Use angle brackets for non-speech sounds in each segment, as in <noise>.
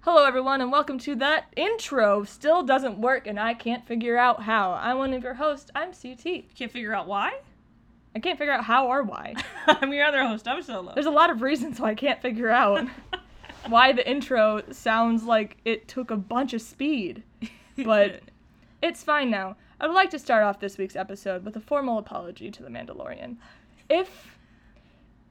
Hello, everyone, and welcome to that intro. Still doesn't work, and I can't figure out how. I'm one of your hosts. I'm CT. Can't figure out why? <laughs> I can't figure out how or why. I'm your other host. I'm solo. There's a lot of reasons why I can't figure out <laughs> why the intro sounds like it took a bunch of speed, <laughs> but it's fine now. I would like to start off this week's episode with a formal apology to the Mandalorian. If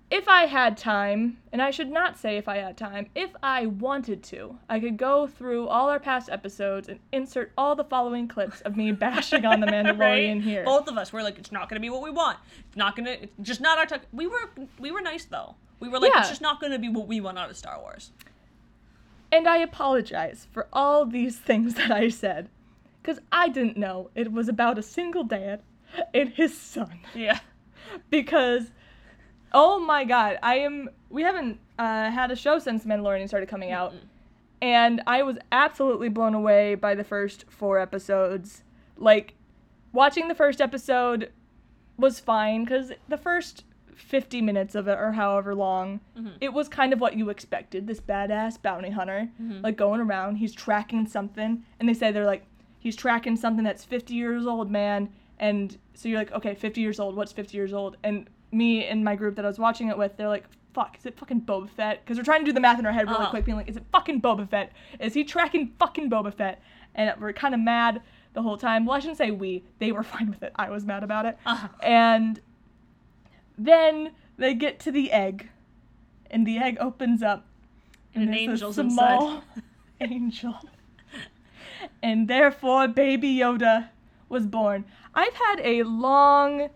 if I had time, and I should not say if I had time, if I wanted to, I could go through all our past episodes and insert all the following clips of me bashing on the Mandalorian <laughs> Right? here. Both of us were like, it's not gonna be what we want. It's not gonna, it's just not our. T- we were, we were nice though. We were like, Yeah. it's just not gonna be what we want out of Star Wars. And I apologize for all these things that I said, because I didn't know it was about a single dad and his son. Yeah. Because, oh my god, I am. We haven't uh, had a show since Mandalorian started coming out, and I was absolutely blown away by the first four episodes. Like, watching the first episode was fine, because the first 50 minutes of it, or however long, it was kind of what you expected. This badass bounty hunter, like going around, he's tracking something, and they say they're like, he's tracking something that's 50 years old, man. And so you're like, okay, 50 years old, what's 50 years old? And me and my group that I was watching it with, they're like, fuck, is it fucking Boba Fett? Because we're trying to do the math in our head really Uh-huh. quick, being like, is it fucking Boba Fett? Is he tracking fucking Boba Fett? And we're kind of mad the whole time. Well, I shouldn't say we, they were <laughs> fine with it. I was mad about it. Uh-huh. And then they get to the egg, and the egg opens up, <laughs> And, an there's a angel's small inside. angel, and therefore Baby Yoda was born. I've had a long.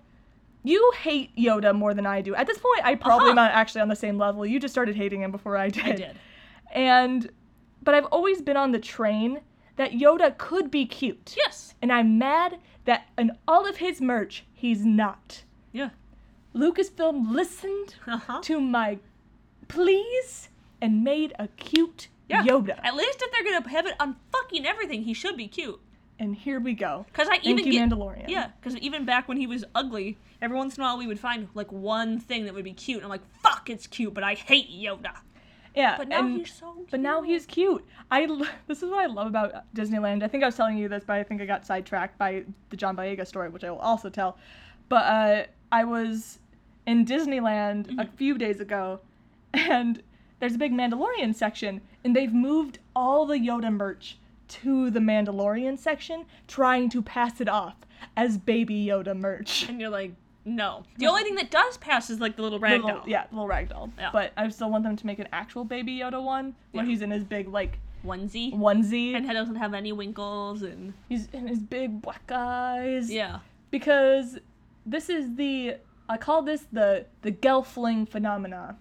You hate Yoda more than I do. At this point, I probably Uh-huh. am not actually on the same level. You just started hating him before I did. I did. And, but I've always been on the train that Yoda could be cute. Yes. And I'm mad that in all of his merch, he's not. Yeah. Lucasfilm <laughs> listened Uh huh. to my pleas and made a cute Yeah. Yoda. At least if they're gonna have it on fucking everything, he should be cute. And here we go. Cause I Thank even you, get, Mandalorian. Yeah, because even back when he was ugly, every once in a while we would find like one thing that would be cute, and I'm like, "Fuck, it's cute," but I hate Yoda. Yeah. But now and- he's so. Cute. but now he's cute. I l- <laughs> this is what I love about Disneyland. I think I was telling you this, but I think I got sidetracked by the John Boyega story, which I will also tell. But uh, I was in Disneyland a Mm-hmm. few days ago, and there's a big Mandalorian section, and they've moved all the Yoda merch to the Mandalorian section, trying to pass it off as Baby Yoda merch. and you're like, "No." The only thing that does pass is like the little <laughs> ragdoll. Little, yeah, little ragdoll. Yeah. But I still want them to make an actual Baby Yoda one where Yeah. he's in his big like onesie, onesie and it doesn't have any wrinkles, and He's in his big black eyes. yeah, Because this is the I call this the the Gelfling phenomena.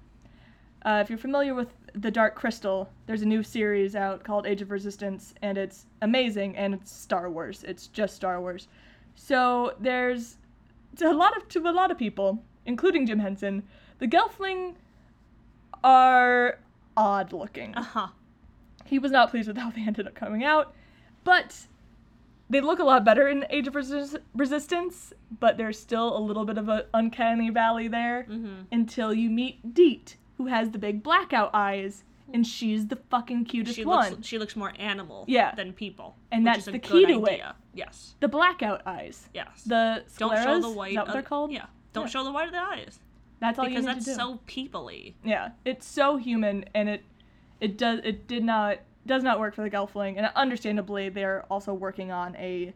Uh, if you're familiar with the Dark Crystal, there's a new series out called Age of Resistance, and it's amazing, and it's Star Wars. It's just Star Wars. So there's to a lot of to a lot of people, including Jim Henson, the Gelfling are odd looking uh huh, he was not pleased with how they ended up coming out, but they look a lot better in Age of Resist- Resistance, but there's still a little bit of an uncanny valley there Mm-hmm. until you meet Deet, who has the big blackout eyes, and she's the fucking cutest she one. looks she looks more animal, Yeah. than people, And which that's is a the good key to it. idea. Yes, the blackout eyes. yes. The don't scleras, show the white. is that what of- they're called? Yeah, don't Yeah. show the white of the eyes That's all because you need that's to do. so peoply. Yeah, it's so human, and it it does it did not does not work for the Gelfling, and understandably they're also working on a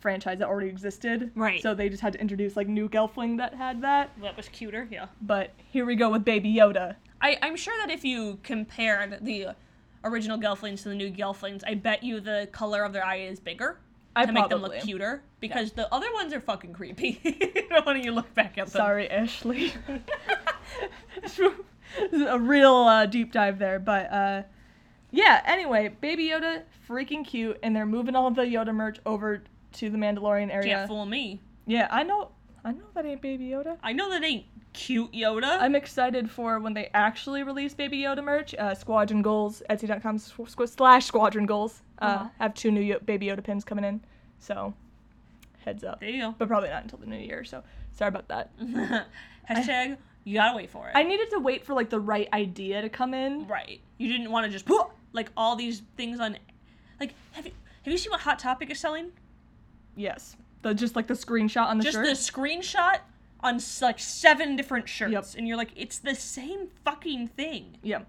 franchise that already existed. Right. So they just had to introduce like new Gelfling that had that. That was cuter. Yeah. But here we go with Baby Yoda. I, I'm sure that if you compared the original Gelflings to the new Gelflings, I bet you the color of their eye is bigger I to make them probably- look cuter because the other ones are fucking creepy. <laughs> when you look back at them, Sorry, <laughs> Ashley. <laughs> This is a real uh, deep dive there, but uh, yeah. Anyway, Baby Yoda freaking cute, and they're moving all the Yoda merch over to the Mandalorian area. can't fool me. Yeah, I know. I know that ain't Baby Yoda. I know that ain't cute Yoda. I'm excited for when they actually release Baby Yoda merch. Uh, Squadron Goals, Etsy.com squ- squ- slash Squadron Goals. Uh, Uh-huh. Have two new Yo- Baby Yoda pins coming in. So heads up. There you But probably not until the new year, so sorry about that. <laughs> go. <laughs> Hashtag, you gotta wait for it. I needed to wait for like the right idea to come in. right. You didn't want to just, put like, all these things on. Like, have you, have you seen what Hot Topic is selling? Yes. The just like the screenshot on the just shirt. the screenshot on s- like seven different shirts, Yep. and you're like, it's the same fucking thing. Yeah.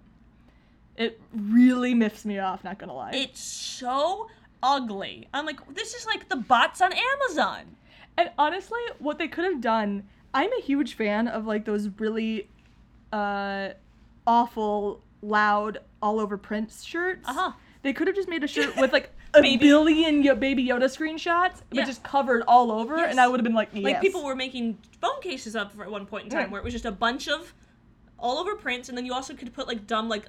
It really miffs me off, not gonna lie. It's so ugly. I'm like, this is like the bots on Amazon. and honestly, what they could have done, I'm a huge fan of like those really uh awful, loud, all over Prince shirts. Uh-huh. They could have just made a <laughs> shirt with like a Baby- billion Yo- baby Yoda screenshots, but Yeah. just covered all over, Yes. and I would have been like, Like yes. Mm. people were making phone cases up for at one point in time Yeah. where it was just a bunch of all over prints, and then you also could put like dumb like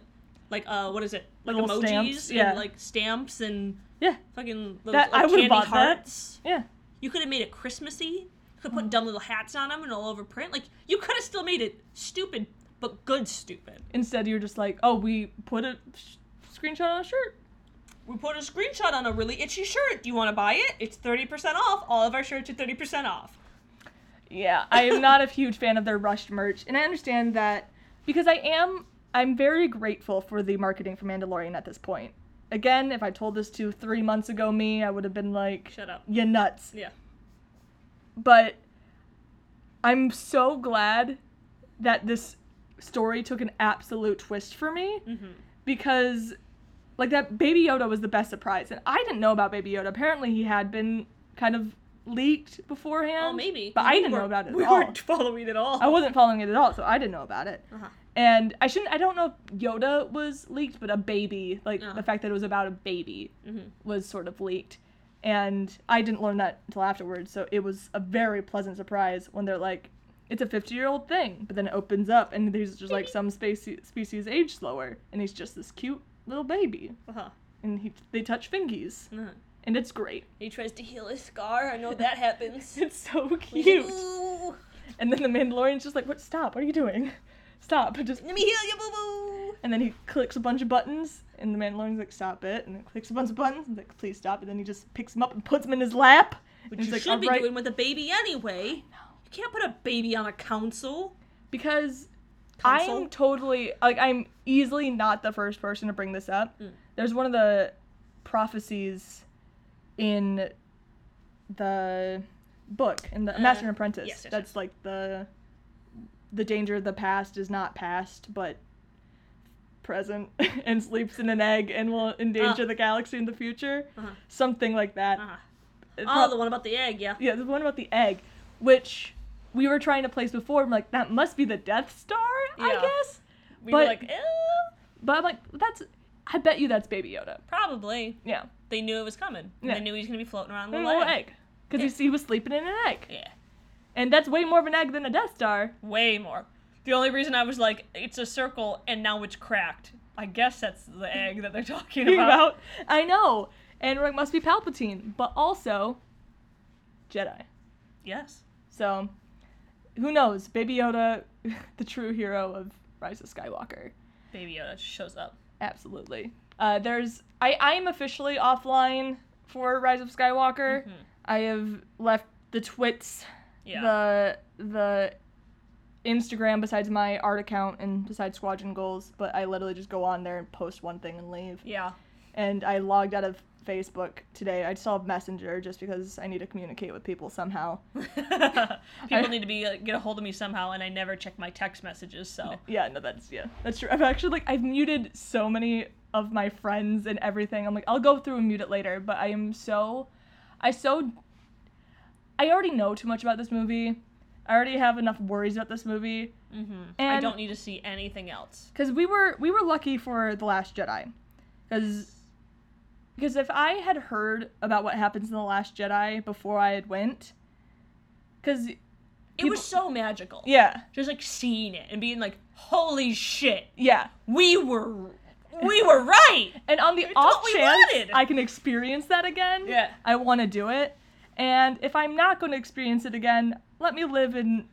like uh what is it like Little emojis stamps, and yeah. like stamps and Yeah, fucking those, That- like, I would've candy bought that. hearts. yeah. You could have made it Christmassy. You could put Mm. dumb little hats on them and all over print. Like you could have still made it stupid, but good stupid. Instead, you're just like, oh, we put a sh- screenshot on a shirt. We put a screenshot on a really itchy shirt. Do you want to buy it? It's thirty percent off. All of our shirts are thirty percent off. Yeah, I am not a huge fan of their rushed merch, and I understand that because I am. I'm very grateful for the marketing for Mandalorian at this point. Again, if I told this to three months ago, me, I would have been like, Shut up. "You nuts!" Yeah. But I'm so glad that this story took an absolute twist for me Mm-hmm. because, like, that Baby Yoda was the best surprise, and I didn't know about Baby Yoda. Apparently, he had been kind of leaked beforehand. Oh, maybe. but I We didn't know weren't- about it. At We all. weren't <laughs> following it all. I wasn't following it at all, so I didn't know about it. Uh-huh. And I shouldn't. I don't know if Yoda was leaked, but a baby, like Uh-huh. Mm-hmm. the fact that it was about a baby, was sort of leaked. And I didn't learn that until afterwards, so it was a very pleasant surprise when they're like, "It's a fifty-year-old thing," but then it opens up and there's just like some species species age slower, and he's just this cute little baby, Uh-huh. and he they touch fingies, Uh-huh. and it's great. <laughs> He tries to heal his scar. I know that happens. It's so cute. Ooh, And then the Mandalorian's just like, "What? Stop! What are you doing? <laughs> Stop! Just let me heal you, boo boo. And then he clicks a bunch of buttons, and the Mandalorian's like, "Stop it!" And then clicks a bunch of buttons, and like, "Please stop!" And then he just picks him up and puts him in his lap. Which and you he's like, should be "Alright." doing with a baby anyway. You can't put a baby on a council. because Console? I'm totally like I'm easily not the first person to bring this up. Mm. There's one of the prophecies in the book in the Master and Apprentice. Uh, yes, yes, that's like the the danger of the past is not past, but present <laughs> and sleeps in an egg and will endanger Uh. the galaxy in the future. Uh-huh. Something like that. Uh-huh. It Oh, prob- the one about the egg, yeah. yeah, the one about the egg, which we were trying to place before. I'm like, that must be the Death Star, Yeah. I guess. We were but- like, eh, But I'm like, that's. I bet you that's Baby Yoda. probably. Yeah, They knew it was coming. Yeah. They knew he was gonna be floating around a with a little leg. egg, because he was sleeping in an egg, Yeah. and that's way more of an egg than a Death <laughs> Star. Way more. The only reason I was like, it's a circle and now it's cracked. I guess that's the egg that <laughs> they're talking Think about. about. I know, and we're like, must be Palpatine, but also Jedi. Yes. So, who knows? Baby Yoda, <laughs> the true hero of Rise of Skywalker. Baby Yoda just shows up. Absolutely. Uh, there's I I am officially offline for Rise of Skywalker. I have left the twits, Mm-hmm. Yeah. the the Instagram besides my art account and besides Squadron Goals, but I literally just go on there and post one thing and leave. yeah. And I logged out of Facebook today. I still have Messenger just because I need to communicate with people somehow. <laughs> People need to be uh, get a hold of me somehow, and I never check my text messages. So Yeah, no, that's yeah, that's true. I've actually like I've muted so many of my friends and everything. I'm like, I'll go through and mute it later, but I am so, I so, I already know too much about this movie. I already have enough worries about this movie, Mhm. I Mm-hmm. and don't need to see anything else. because we were we were lucky for the Last Jedi, because because if I had heard about what happens in the Last Jedi before I had went, because It was so magical. yeah Just like seeing it and being like, "Holy shit, yeah, we were, we were right." and on the It's off what we chance wanted. I can experience that again, Yeah. I want to do it. And if I'm not going to experience it again, let me live in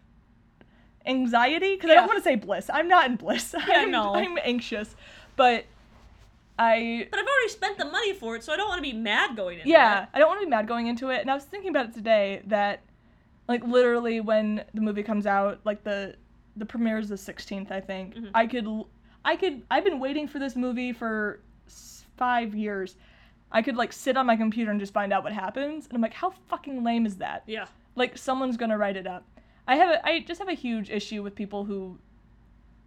anxiety because I <laughs> Yeah. don't want to say bliss. I'm not in bliss. I'm, no. I'm anxious, but I But I've already spent the money for it, so I don't want to be mad going in. yeah, I don't want to be mad going into it. And I was thinking about it today that, like, literally when the movie comes out, like the the premiere is the sixteenth, I think. Mm-hmm. I could, l- I could, I've been waiting for this movie for s- five years. I could like sit on my computer and just find out what happens, and I'm like, how fucking lame is that? Yeah. Like someone's gonna write it up. I have, a, I just have a huge issue with people who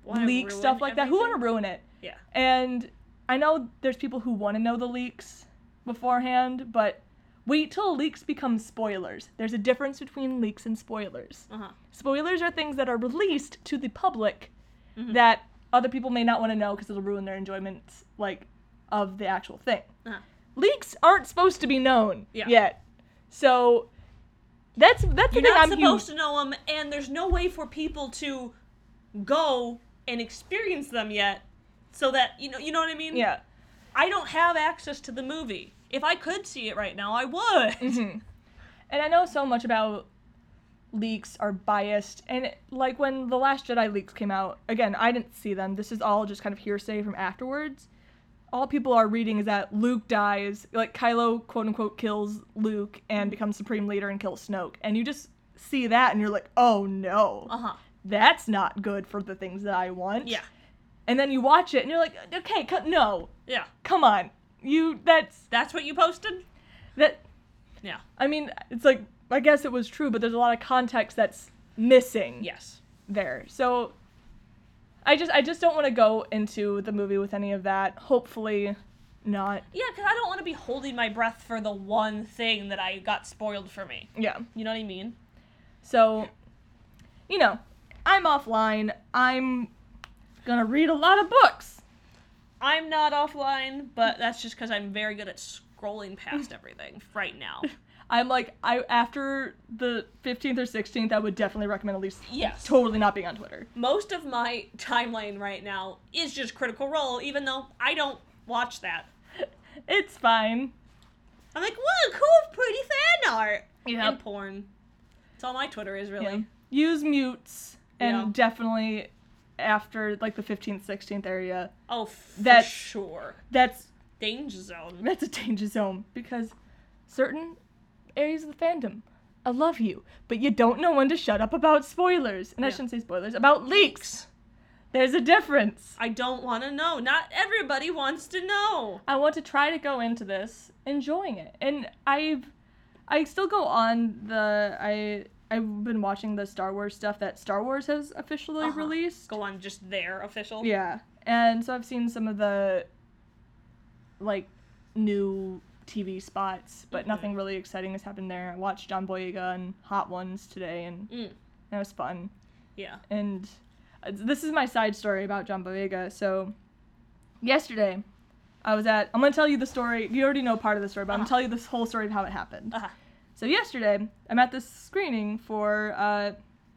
Wanna leak ruin stuff like that. Who want everything? to ruin it? Yeah. And I know there's people who want to know the leaks beforehand, but wait till leaks become spoilers. There's a difference between leaks and spoilers. Uh huh. Spoilers are things that are released to the public Mm-hmm. that other people may not want to know because it'll ruin their enjoyment, like, of the actual thing. Uh-huh. Leaks aren't supposed to be known Yeah. yet, so that's that's the You're thing not I'm huge- supposed to know them, and there's no way for people to go and experience them yet, so that you know, you know what I mean? Yeah, I don't have access to the movie. If I could see it right now, I would. and I know so much about leaks are biased and it- like when the last jedi leaks came out again i didn't see them this is all just kind of hearsay from afterwards all people are reading is that luke dies like kylo quote unquote kills luke and becomes supreme leader and kills snoke and you just see that and you're like oh no Uh huh. that's not good for the things that i want Yeah. and then you watch it and you're like okay co- no Yeah. come on you that's That's what you posted. that Yeah. I mean, it's like I guess it was true, but there's a lot of context that's missing Yes. there. So I just I just don't want to go into the movie with any of that. Hopefully not. Yeah, because I don't want to be holding my breath for the one thing that I got spoiled for me. Yeah. You know what I mean? So you know, I'm offline. I'm going to read a lot of books. I'm not offline, but that's just because I'm very good at scrolling <laughs> past everything right now. I'm like I after the 15th or 16th, I would definitely recommend at least Yes. totally not being on Twitter. Most of my timeline right now is just Critical Role, even though I don't watch that. It's fine. I'm like, whoa, cool, pretty fan art. Yeah. And porn. It's all my Twitter is really. Yeah. Use mutes and Yeah. definitely after like the 15th, 16th area. Oh, for That's- sure. That's Danger Zone. that's a danger zone because certain areas of the fandom, I love you, but you don't know when to shut up about spoilers. And I Yeah. shouldn't say spoilers about leaks. There's a difference. I don't want to know. Not everybody wants to know. I want to try to go into this enjoying it, and I've I still go on the I. I've been watching the Star Wars stuff that Star Wars has officially Uh-huh. released. Go on, just their official. Yeah. And so I've seen some of the like new TV spots, but Mhm. nothing really exciting has happened there. I watched John Boyega and Hot Ones today and Mm. that was fun. Yeah. And uh, this is my side story about John Boyega. So yesterday I was at I'm going to tell you the story. You already know part of the story, but I'm going Uh-huh. to tell you this whole story of how it happened. Uh-huh. So yesterday, I'm at this screening for uh,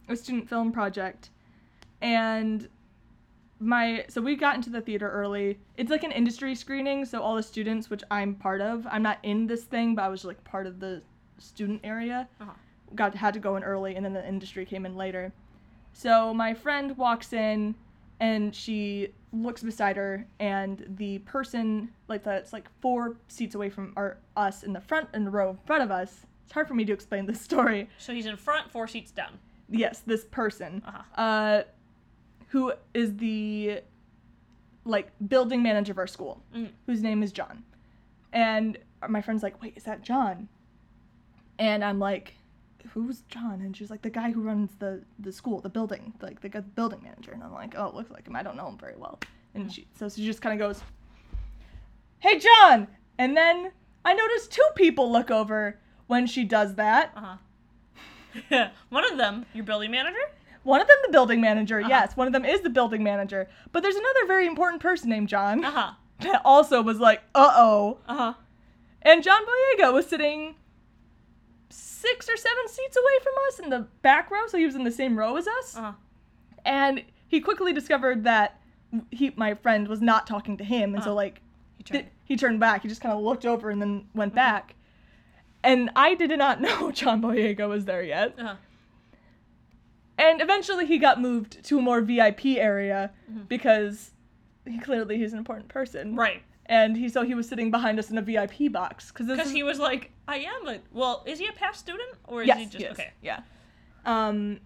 a student film project, and my so we got into the theater early. It's like an industry screening, so all the students, which I'm part of, I'm not in this thing, but I was like part of the student area. Uh-huh. Got had to go in early, and then the industry came in later. So my friend walks in, and she looks beside her, and the person like that's like four seats away from our, us in the front in the row in front of us. It's hard for me to explain this <laughs> story. So he's in front, four seats down. Yes, this person, Uh-huh. uh, who is the like building manager of our school, Mm. whose name is John, and my friend's like, "Wait, is that John?" And I'm like, "Who's John?" And she's like, "The guy who runs the the school, the building, like the, the building manager." And I'm like, "Oh, it looks like him. I don't know him very well." And Mm. she so she just kind of goes, "Hey, John!" And then I notice two people look over when she does that. Uh-huh. <laughs> One of them, your building manager? One of them, the building manager. Uh-huh. Yes, one of them is the building manager. But there's another very important person named John Uh-huh. <laughs> that also was like, "Uh oh." Uh-huh. And John Boyega was sitting six or seven seats away from us in the back row, so he was in the same row as us. Uh-huh. And he quickly discovered that he, my friend, was not talking to him, and so Uh-huh. like He th- tried. he turned back. He just kind of looked over and then went Mm-hmm. back. And I did not <laughs> know John Boyega was there yet. Uh-huh. And eventually he got moved to a more VIP area because he clearly he's an important person. Mm-hmm. Right. and he so he was sitting behind us in a VIP box because this Because is, he was like, I am a. Well, is he a past student? Or is yes, he just. yes, Okay. yeah. Um,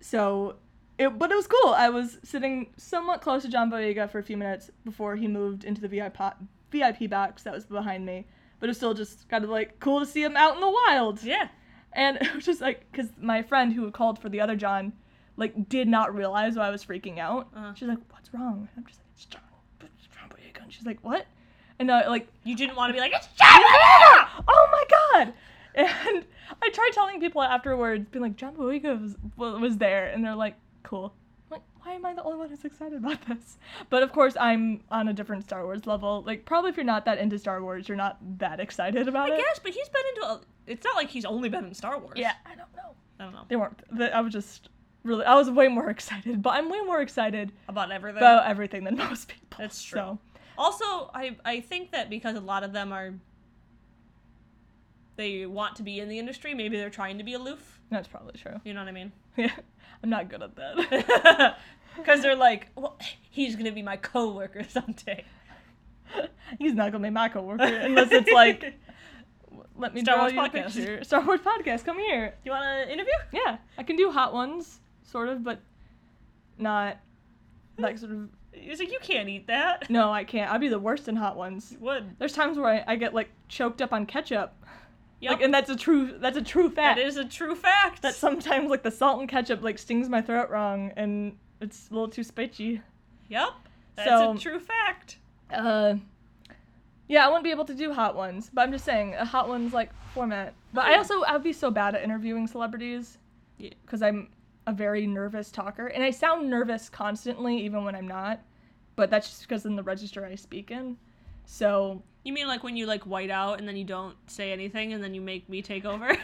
so it but it was cool. I was sitting somewhat close to John Boyega for a few minutes before he moved into the VIP VIP box that was behind me. But it was still just kind of like cool to see him out in the wild. Yeah. And <laughs> it was just like, because my friend who called for the other John, like, did not realize why I was freaking out. Uh-huh. She's like, "What's wrong?" And I'm just like, "It's John. It's John Boyega." And she's like, "What?" And I like, You didn't want to be like, it's "John Boyega! Oh my god! And I tried telling people afterwards, being like, "John Boyega was wa- was there," and they're like, "Cool." I'm like, why am I the only one who's excited about this? But of course, I'm on a different Star Wars level. Like, probably if you're not that into Star Wars, you're not that excited about <laughs> I it. guess, but he's been into. A, it's not like he's only been in Star Wars. Yeah, I don't know. I don't know. They weren't. They, I was just really. I was way more <laughs> excited, but I'm way more excited About everything. about everything than <laughs> most people. That's true. So, also, I, I think that because a lot of them are. They want to be in the industry. Maybe they're trying to be aloof. that's probably true. <laughs> You know what I mean? <laughs> Yeah, I'm not good at that. <laughs> Because they're like, well, he's going to be my coworker <laughs> someday. He's not gonna be my <laughs> coworker unless it's like, let me Star draw Wars you a podcast. picture. Star Wars podcast, come here. You want to interview? Yeah, I can do hot ones, sort of, but not like sort of. He's like, you can't eat that. No, I can't. I'd be the worst in hot ones. Would. There's times where I, I get like choked up on ketchup, Yep. like, and that's a true that's a true fact. that is a true fact. that sometimes like the salt and ketchup like stings my throat wrong and it's a little too spicy. Yep. That's So- a true fact. Uh yeah, I wouldn't be able to do hot ones, but I'm just saying a hot ones like format. But I Yeah. also I'd be so bad at interviewing celebrities Yeah. because I'm a very nervous talker and I sound nervous constantly even when I'm not. But that's just because in the register I speak in. So You mean like when you like white out and then you don't say anything and then you make me take over? <laughs>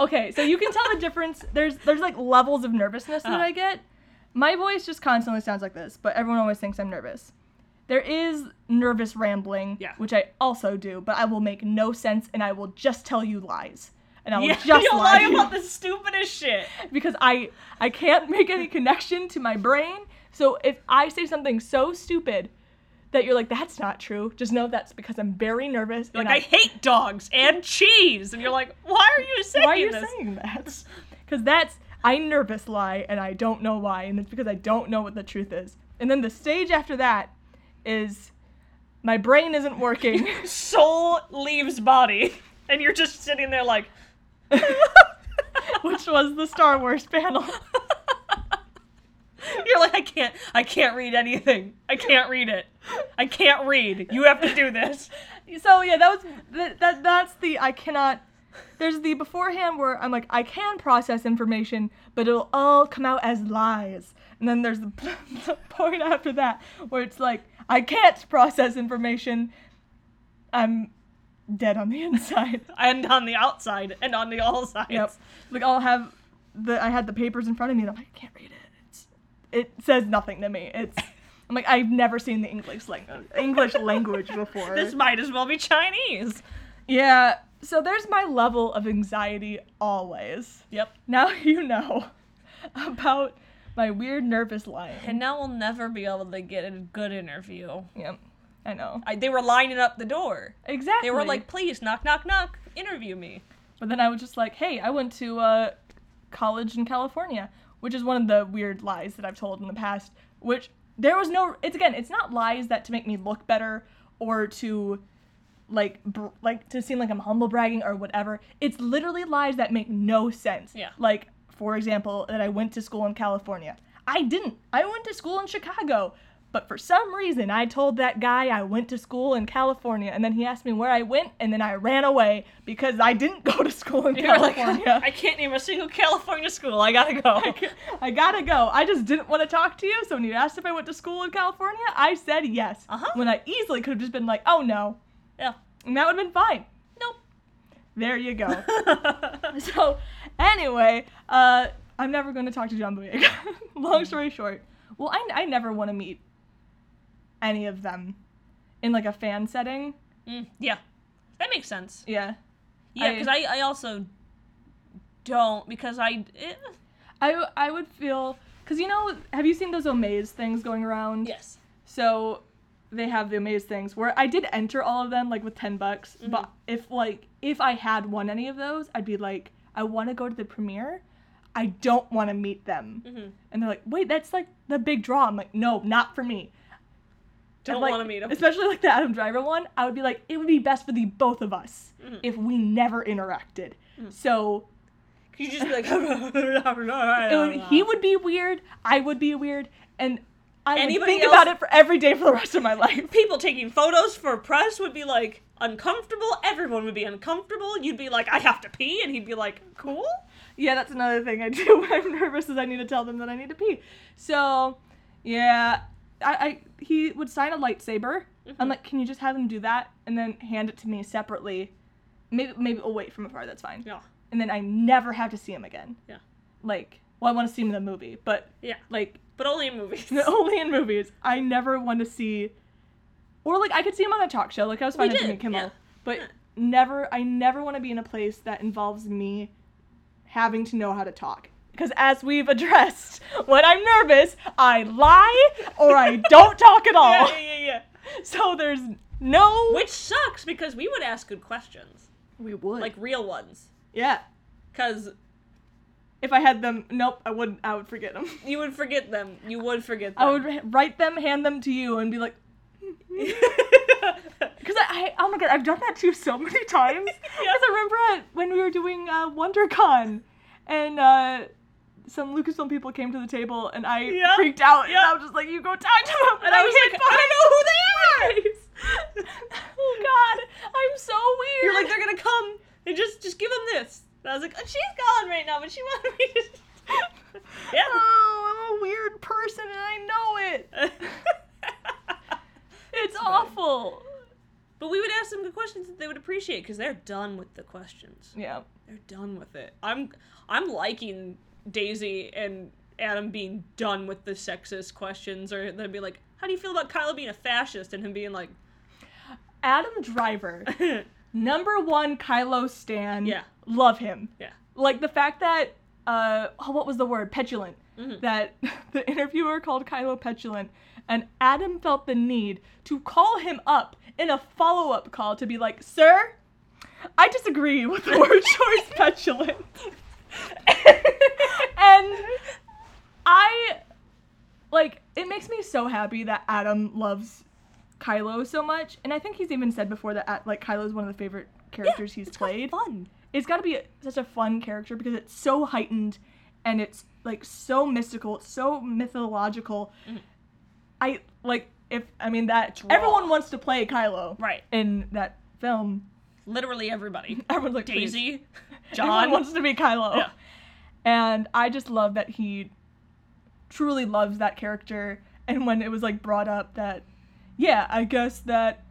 Okay, so you can tell the difference. There's there's like levels of nervousness that Uh-huh. I get. My voice just constantly sounds like this, but everyone always thinks I'm nervous. There is nervous rambling, Yeah. which I also do, but I will make no sense and I will just tell you lies. And I will yeah, Oh, <laughs> just you lie, lie to you about the stupidest shit. <laughs> because I I can't make any connection to my brain. So if I say something so stupid that you're like that's not true, just know that's because I'm very nervous. You're and like, I hate dogs and cheese. And you're like, why are you saying <laughs> why are you this? saying that? Because that's I nervous lie, and I don't know why, and it's because I don't know what the truth is. And then the stage after that is my brain isn't working. <laughs> Soul leaves body. <laughs> And you're just sitting there like, Which was the Star Wars <laughs> panel. You're like, I can't, I can't read anything. I can't read it. I can't read. You have to do this. So yeah, that was that, that. That's the I cannot. There's the beforehand where I'm like I can process information, but it'll all come out as lies. And then there's the, <laughs> the point after that where it's like I can't process information. I'm dead on the <laughs> inside. And on the outside and on the all sides. Yep. Like I'll have the I had the papers in front of me and I'm like, I can't read it. It's, it says nothing to me. It's I'm like I've never seen the English language English language before. <laughs> This might as well be Chinese. yeah. So there's my level of anxiety always. Yep. Now <laughs> you know about my weird nervous lying. And now we'll never be able to get a good interview. Yep. I know. I, they were lining up the door. Exactly. They were like, please, knock, knock, knock, interview me. But then I was just like, hey, I went to uh, college in California, which is one of the weird lies that I've told in the past. Which there was no. It's again, it's not lies that to make me look better or to like br- like to seem like I'm humble bragging or whatever. It's literally lies that make no sense. Yeah. Like for example, that I went to school in California. I didn't. I went to school in Chicago. But for some reason, I told that guy I went to school in California, and then he asked me where I went, and then I ran away because I didn't <laughs> go to school in They were like, California. <laughs> I can't name a single California school. <laughs> I gotta go. <laughs> I gotta go. I just didn't want to talk to you. So when you asked if I went to school in California, I said yes. Uh-huh. When I easily could have just been like, oh no. yeah. And that would have been fine. There you go. so anyway, uh, I'm never going to talk to John Boyega. <laughs> Long story short, well, I, I never want to meet any of them in like a fan setting. Mm, yeah. That makes sense. Yeah. Yeah, I- because I, I also don't because I eh. I, w- I would feel, because you know, have you seen those Omaze things going around? yes So they have the Amaze things where I did enter all of them like with 10 bucks, Mm-hmm. but if like if I had won any of those, I'd be like I want to go to the premiere. I don't want to meet them. Mm-hmm. And they're like, "Wait, that's like the big draw." I'm like, "No, not for me." And, Don't like, want to meet him. Especially like the Adam Driver one, I would be like, it would be best for the both of us Mm-hmm. if we never interacted. So You just be like, <laughs> it would, he would be weird, I would be weird, and I would Anybody think else- about it for every day for the rest of my life. people taking photos for press would be like uncomfortable. Everyone would be uncomfortable. You'd be like, I have to pee, and he'd be like, cool. Yeah, that's another thing I do <laughs> when I'm nervous is I need to tell them that I need to pee. So, yeah, I, I he would sign a lightsaber. Mm-hmm. I'm like, can you just have him do that and then hand it to me separately? Maybe maybe oh wait from afar. That's fine. Yeah, And then I never have to see him again. yeah, Like, well, I want to see him in the movie, but yeah. like But only <laughs> in movies. only in movies. I never want to see, or like I could see him on a talk show. Like I was fine with did, Jimmy Kimmel, yeah. but Yeah. never. I never want to be in a place that involves me having to know how to talk. Because as we've addressed, when I'm nervous, I lie or I <laughs> don't talk at all. <laughs> yeah, yeah, yeah. <laughs> So there's no. Which sucks because we would ask good questions, we would. Like like real ones, yeah. because If I had them, nope, I wouldn't. I would forget them. you would forget them. You would forget them. I would h- write them, hand them to you, and be like, <laughs> Because I, I, oh my god, I've done that too so <laughs> many times. Because Yeah. I remember at, when we were doing uh, WonderCon, and uh, some Lucasfilm people came to the table, and I Yeah. freaked out, and Yeah. I was just like, "You go talk to them," and, I was hid like, behind know who they are. <laughs> oh god, I'm so weird. You're like, they're <laughs> gonna come and just just give them this. And I was like, oh, she's gone right now, but she wanted me to. yeah. Oh, I'm a weird person, and I know it. It's awful. <laughs> but we would ask them good questions that they would appreciate because they're done with the questions. Yeah. They're done with it. I'm I'm liking Daisy and Adam being done with the sexist questions, or they'd be like, "How do you feel about Kylo being a fascist?" and him being like, <laughs> Adam Driver, <laughs> number one Kylo Stan. Yeah. Love him. "Yeah, like the fact that uh oh, what was the word petulant that <laughs> the interviewer called Kylo petulant and Adam felt the need to call him up in a follow-up call to be like sir I disagree with the word choice petulant <laughs> and I like it makes me so happy that Adam loves Kylo so much and I think he's even said before that like Kylo's one of the favorite characters he's played fun." it's got to be such a fun character because it's so heightened and it's like so mystical it's so mythological i like if i mean that Mm. raw. everyone wants to play kylo Right. in that film <laughs> Literally everybody. everyone's like please. Daisy, <laughs> everyone John. wants to be kylo Yeah. and i just love that he truly loves that character and when it was like brought up that yeah i guess that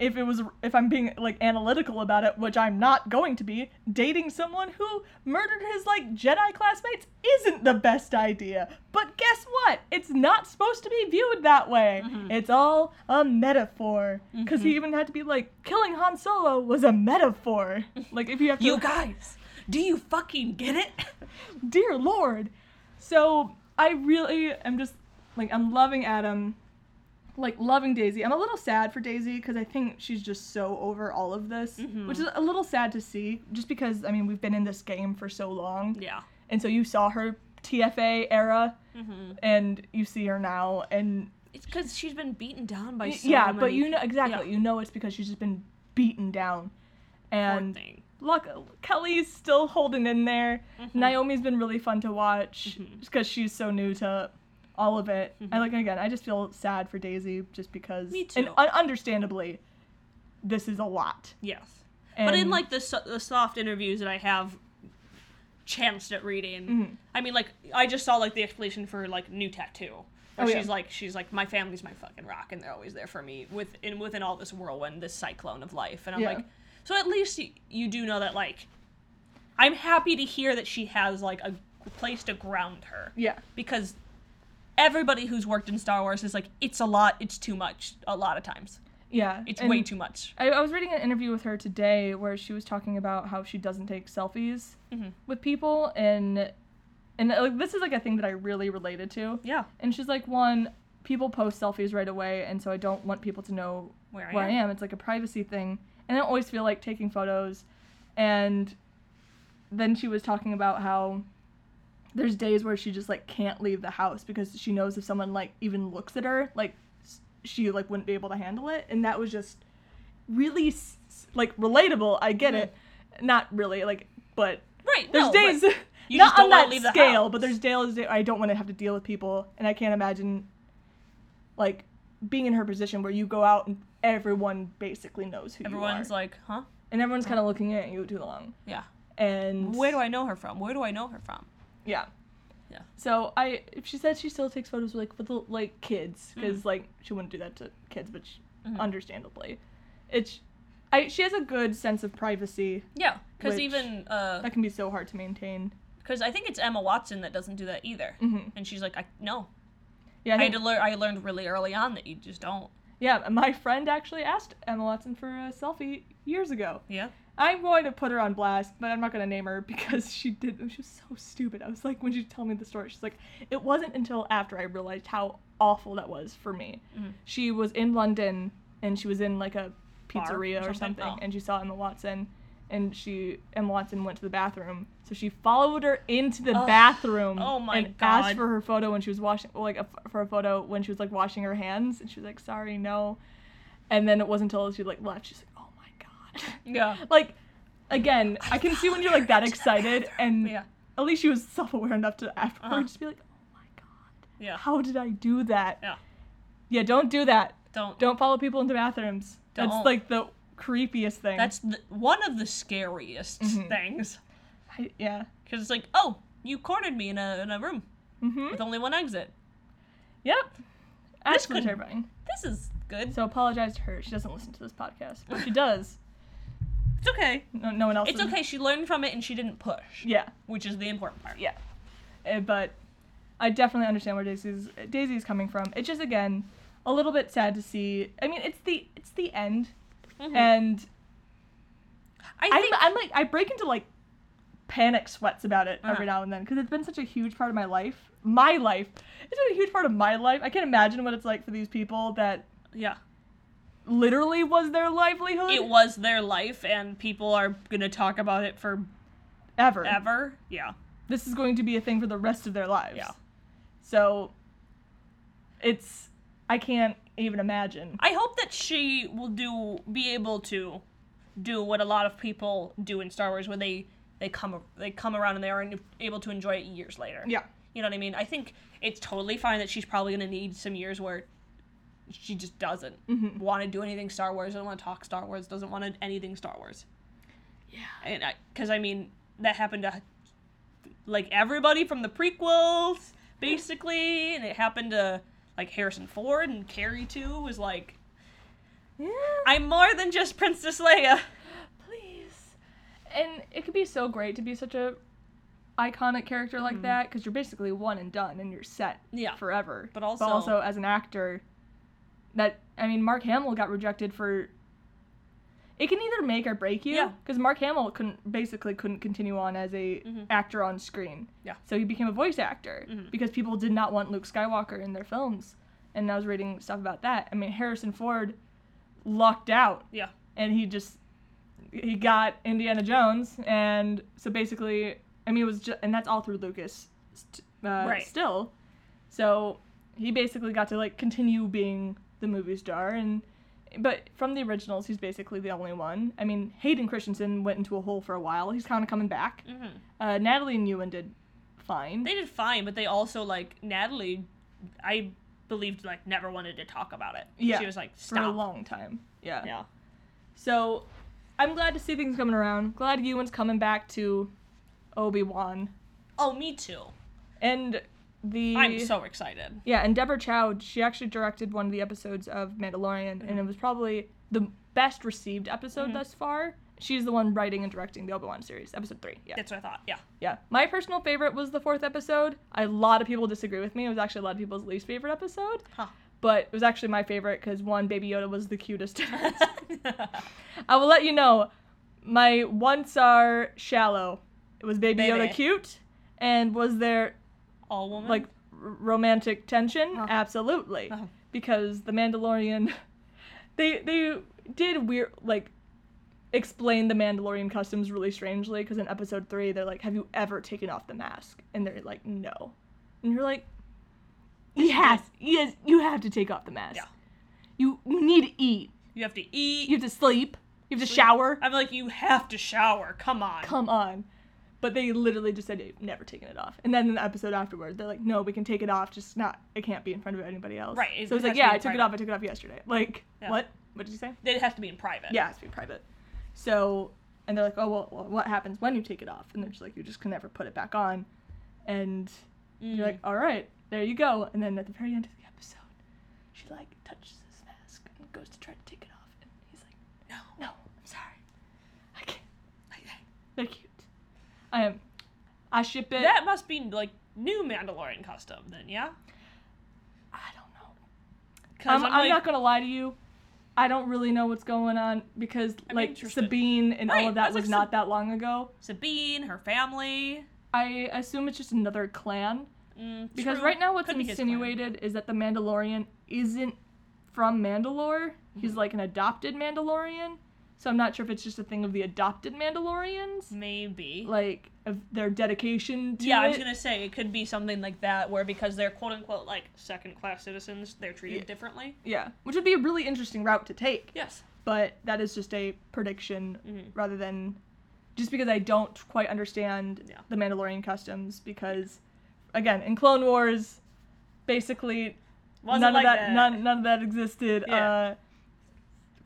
if it was if i'm being like analytical about it which i'm not going to be dating someone who murdered his like jedi classmates isn't the best idea but guess what it's not supposed to be viewed that way Mm-hmm. it's all a metaphor because he even had to be like killing han solo was a metaphor like if you have to you guys, do you fucking get it? <laughs> dear lord so i really am just like i'm loving adam like loving daisy i'm a little sad for daisy because i think she's just so over all of this Mm-hmm. which is a little sad to see just because i mean we've been in this game for so long yeah. and so you saw her tfa era Mm-hmm. and you see her now and It's because she's been beaten down by so yeah many but you know exactly yeah. you know it's because she's just been beaten down poor and thing. look, Kelly's still holding in there. Mm-hmm. Naomi's been really fun to watch because she's so new to all of it. And like again, I just feel sad for Daisy just because, Mm-hmm. Me and too. un- understandably, this is a lot. Yes. but in And- like the, so- the soft interviews that I have chanced at reading, Mm-hmm. I mean, like I just saw like the explanation for like new tattoo. Where Oh, yeah. she's like, she's like, my family's my fucking rock, and they're always there for me with in within all this whirlwind, this cyclone of life. And I'm Yeah. like, so at least you, you do know that like, I'm happy to hear that she has like a place to ground her Yeah, because everybody who's worked in Star Wars is like, it's a lot, it's too much, a lot of times. yeah. It's And way too much. I, I was reading an interview with her today where she was talking about how she doesn't take selfies Mm-hmm. with people, uh, and and like this is like a thing that I really related to. Yeah. And she's like, one, people post selfies right away, and so I don't want people to know Where I where I am. am. It's like a privacy thing, and I don't always feel like taking photos. And then she was talking about how there's days where she just like can't leave the house because she knows if someone like even looks at her, like s- she like wouldn't be able to handle it, and that was just really s- s- like relatable. I get it, not really like, but Right. there's no, but days <laughs> you not just don't on wanna that leave the scale, house. but there's days that I don't want to have to deal with people, and I can't imagine like being in her position where you go out and everyone basically knows who everyone's you are, like, huh? and everyone's kind of looking at you too long. Yeah. And Where do I know her from? Where do I know her from? Yeah. Yeah. So I, she said she still takes photos like with the, like kids Mm. because like she wouldn't do that to kids, but she, Mm-hmm. understandably, it's, I she has a good sense of privacy Yeah, because Which- even uh, that can be so hard to maintain. because I think it's Emma Watson that doesn't do that either, Mhm. and she's like, I no, Yeah, I I had think, to learn. I learned really early on that you just don't. yeah. My friend actually asked Emma Watson for a selfie years ago. Yeah. I'm going to put her on blast, but I'm not going to name her <laughs> because she did. She was so stupid. I was like, when she told me the story, she's like, it wasn't until after I realized how awful that was for me. Mm-hmm. She was in London and she was in like a Bar or pizzeria or something? something, Oh. and she saw Emma Watson, and she Emma Watson went to the bathroom, so she followed her into the Ugh. bathroom Oh my and God. asked for her photo when she was washing, like a, for a photo when she was like washing her hands, and she was like, sorry, no. And then it wasn't until she like left, she's like, oh my god Yeah. <laughs> like again i can see when you're like <laughs> that excited and Yeah. Uh-huh. at least she was self-aware enough to afterwards just be like oh my god Yeah. how did i do that Yeah. yeah don't do that Don't. don't follow people into bathrooms Don't. that's like the creepiest thing That's the, one of the scariest things I, yeah because it's like, oh, you cornered me in a in a room mm-hmm with only one exit. yep absolutely could- terrifying This is good. so apologize to her she doesn't listen to this podcast but she does It's okay. no, no one else It's is- okay. She learned from it and she didn't push, yeah which is the important part. yeah Uh, but i definitely understand where daisy's daisy's coming from it's just again a little bit sad to see i mean it's the it's the end Mhm. and I I'm, think I'm like i break into like panic sweats about it Uh-huh. every now and then because it's been such a huge part of my life my life it's been a huge part of my life i can't imagine what it's like for these people that yeah, literally was their livelihood it was their life, and people are gonna talk about it for ever ever. Yeah. this is going to be a thing for the rest of their lives Yeah. so it's i can't even imagine I hope that she will do be able to do what a lot of people do in Star Wars, where they they come they come around and they are able to enjoy it years later. Yeah. You know what I mean? I think it's totally fine that she's probably gonna need some years where she just doesn't Mm-hmm. want to do anything Star Wars, doesn't want to talk Star Wars, doesn't want to anything Star Wars. Yeah. And I, because I mean, that happened to like everybody from the prequels, basically, and it happened to like Harrison Ford and Carrie too. Was like, Yeah. I'm more than just Princess Leia. Please. And it could be so great to be such a iconic character like that because you're basically one and done and you're set Mm-hmm. Yeah. forever. But also- but also as an actor, that I mean, Mark Hamill got rejected for. It can either make or break you Yeah. because Mark Hamill couldn't basically couldn't continue on as a actor on screen. Mm-hmm. Yeah. Mm-hmm. So he became a voice actor because people did not want Luke Skywalker in their films. And I was reading stuff about that. I mean, Harrison Ford lucked out Yeah. and he just he got Indiana Jones, and so basically, I mean, it was just, and that's all through Lucas, st- uh, Right. Still, so he basically got to like continue being the movie star, and but from the originals, he's basically the only one. I mean, Hayden Christensen went into a hole for a while. He's kind of coming back. Mhm. Uh, Natalie Newman did fine. They did fine, but they also like Natalie. I believed like never wanted to talk about it. Yeah. She was like, for a stop. long time. Yeah. yeah. So, I'm glad to see things coming around. Glad Ewan's coming back to Obi Wan. Oh, me too. And the I'm so excited. yeah, and Deborah Chow, she actually directed one of the episodes of Mandalorian, Mm-hmm. and it was probably the best received episode thus far. She's the one writing and directing the Obi Wan series, episode three. Yeah, That's what I thought. Yeah. yeah. My personal favorite was the fourth episode. A lot of people disagree with me. It was actually a lot of people's least favorite episode, Huh. but it was actually my favorite because one, Baby Yoda was the <laughs> cutest. I will let you know, my once are shallow. It was Baby Baby. Yoda cute, and was there <laughs> All woman. Mm-hmm. like r- romantic tension? Absolutely. Uh-huh. Because the Mandalorian <laughs> they they did weird like explain the Mandalorian customs really strangely because in episode 3 they're like, "Have you ever taken off the mask?" and they're like, "No." And you're like, "Yes, yes, you have to take off the mask. Yeah. You you need to eat. You have to eat. You have to sleep. You have to shower. I'm like, you have to shower. Come on. Come on." But they literally just said they've never taken it off. And then in the episode afterward, they're like, "No, we can take it off, just not it can't be in front of anybody else." Right, it So it's has like, to "Yeah, be I took it private. off. I took it off yesterday." Like, Yeah. what? What did you say? It has to be in private. yeah, it has to be private. So, and they're like, oh, well, well, what happens when you take it off? And they're just like, you just can never put it back on. And Mm. you're like, all right, there you go. And then at the very end of the episode, she like touches his mask and goes to try to take it off. And he's like, no. no, I'm sorry. I can't. Like, They're cute. I am. I ship it. That must be like new Mandalorian custom then, yeah? I don't know. 'Cause I'm, I'm, like- not going to lie to you. I don't really know what's going on because, I'm like, interested. Sabine and Right, all of I that was was, like, not Sab- that long ago. Sabine, her family. I assume it's just another clan. Mm, Because true. right now, what's Could be his plan. insinuated is that the Mandalorian isn't from Mandalore. He's Mm-hmm. like an adopted Mandalorian. So I'm not sure if it's just a thing of the adopted Mandalorians, Maybe. like of their dedication to yeah, I was it. gonna say it could be something like that, where because they're quote unquote like second class citizens, they're treated Yeah. differently. Yeah, which would be a really interesting route to take. Yes. But that is just a prediction Mhm. rather than just because I don't quite understand Yeah. the Mandalorian customs. Because again, in Clone Wars, basically Wasn't none like of that, None, none of that existed. Yeah. Uh,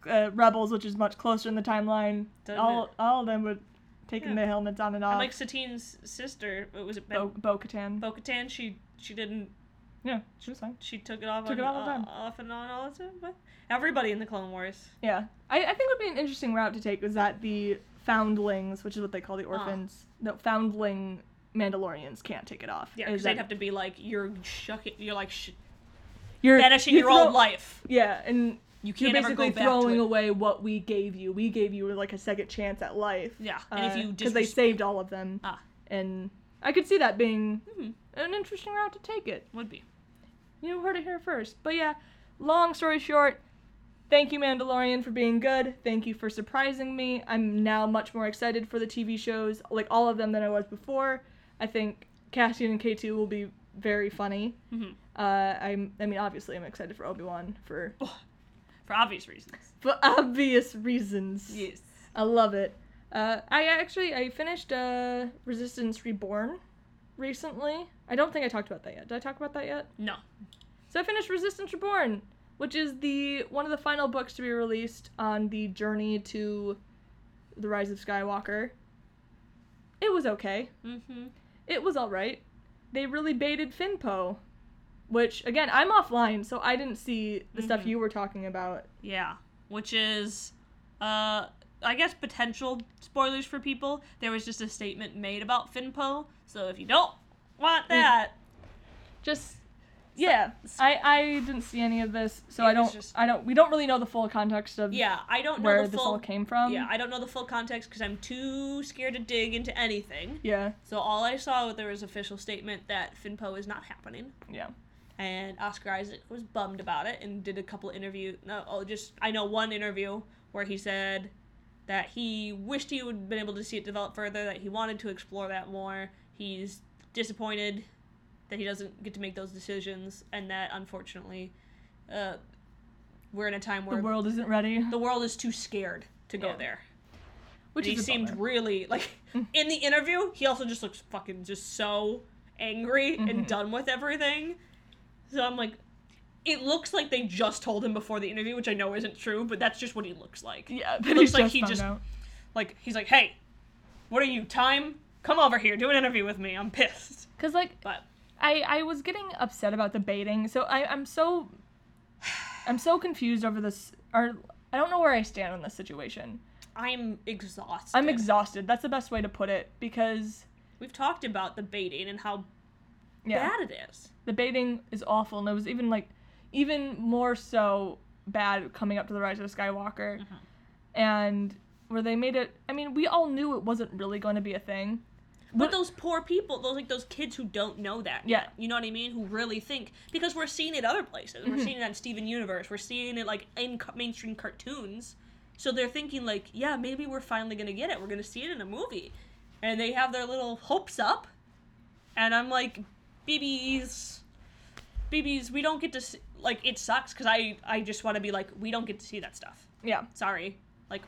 uh, Rebels, which is much closer in the timeline, Doesn't all it? all of them were taking Yeah. their helmets on and off. And like Satine's sister, what was it Bo Bo Katan. Katan? She she didn't. yeah, she was fine. She took it off. Took on, it all the uh, time. off and on all the time. But everybody in the Clone Wars. Yeah, I, I think it would be an interesting route to take was that the foundlings, which is what they call the Ah. orphans, the foundling Mandalorians can't take it off. Yeah, Is because they'd that have to be like you're shucking, you're like sh- you're banishing you your throw- old life. Yeah, and You you're can't ever go basically back to throwing it. away what we gave you. We gave you like a second chance at life. Yeah, and if you because they disres- saved all of them. ah and I could see that being hmm, an interesting route to take it. would be You heard it here first. But yeah, long story short, thank you, Mandalorian, for being good. Thank you for surprising me. I'm now much more excited for the TV shows, like all of them, than I was before. I think Cassian and K2 will be very funny. Mhm. Uh, I'm, I mean, obviously, I'm excited for Obi Wan for, for obvious reasons. for obvious reasons. I love it. Uh, I actually I finished uh, Resistance Reborn recently. I don't think I talked about that yet. Did I talk about that yet? No. So I finished Resistance Reborn, which is the one of the final books to be released on the journey to the Rise of Skywalker. It was okay. Mm-hmm. It was all right. They really baited Finpo, which again I'm offline, so I didn't see the stuff you were talking about. Yeah, which is, uh, I guess potential spoilers for people. There was just a statement made about Finpo, so if you don't Mm. want that, just yeah i i didn't see any of this so It i was don't just- i don't we don't really know the full context of yeah, I don't know where the this full. all came from yeah, I don't know the full context because I'm too scared to dig into anything. yeah So all I saw was there was official statement that Finpo is not happening, yeah and Oscar Isaac was bummed about it and did a couple interview. No, oh, just I know one interview where he said that he wished he would have been able to see it develop further, that he wanted to explore that more. He's disappointed that he doesn't get to make those decisions, and that unfortunately, uh, we're in a time the where world isn't ready the world is too scared to go Yeah. there. which he is a seemed bummer. really <laughs> like in the interview. He also just looks fucking just so angry and done with everything. So I'm like, it looks like they just told him before the interview, which I know isn't true, but that's just what he looks <laughs> like. yeah but looks he's like just he found just- out. Like he's like, hey, what are you? Time, come over here, do an interview with me. I'm pissed. Cause like But I I was getting upset about the baiting, so I I'm so I'm so confused over this. Or I don't know where I stand on this situation. I'm exhausted. I'm exhausted. That's the best way to put it because We've talked about the baiting and how yeah, bad it is. the baiting is awful and it was even like even more so bad coming up to the rise of skywalker and where they made it i mean we all knew it wasn't really going to be a thing But those poor people, those like those kids who don't know that. Yeah. yet, You know what I mean? Who really think because we're seeing it other places. We're seeing it on Steven Universe. We're seeing it like in ca- mainstream cartoons. So they're thinking like, yeah, maybe we're finally gonna get it. We're gonna see it in a movie, and they have their little hopes up. And I'm like, BBs, BBs, we don't get to see, like it sucks because I I just want to be like we don't get to see that stuff yeah. sorry. Like,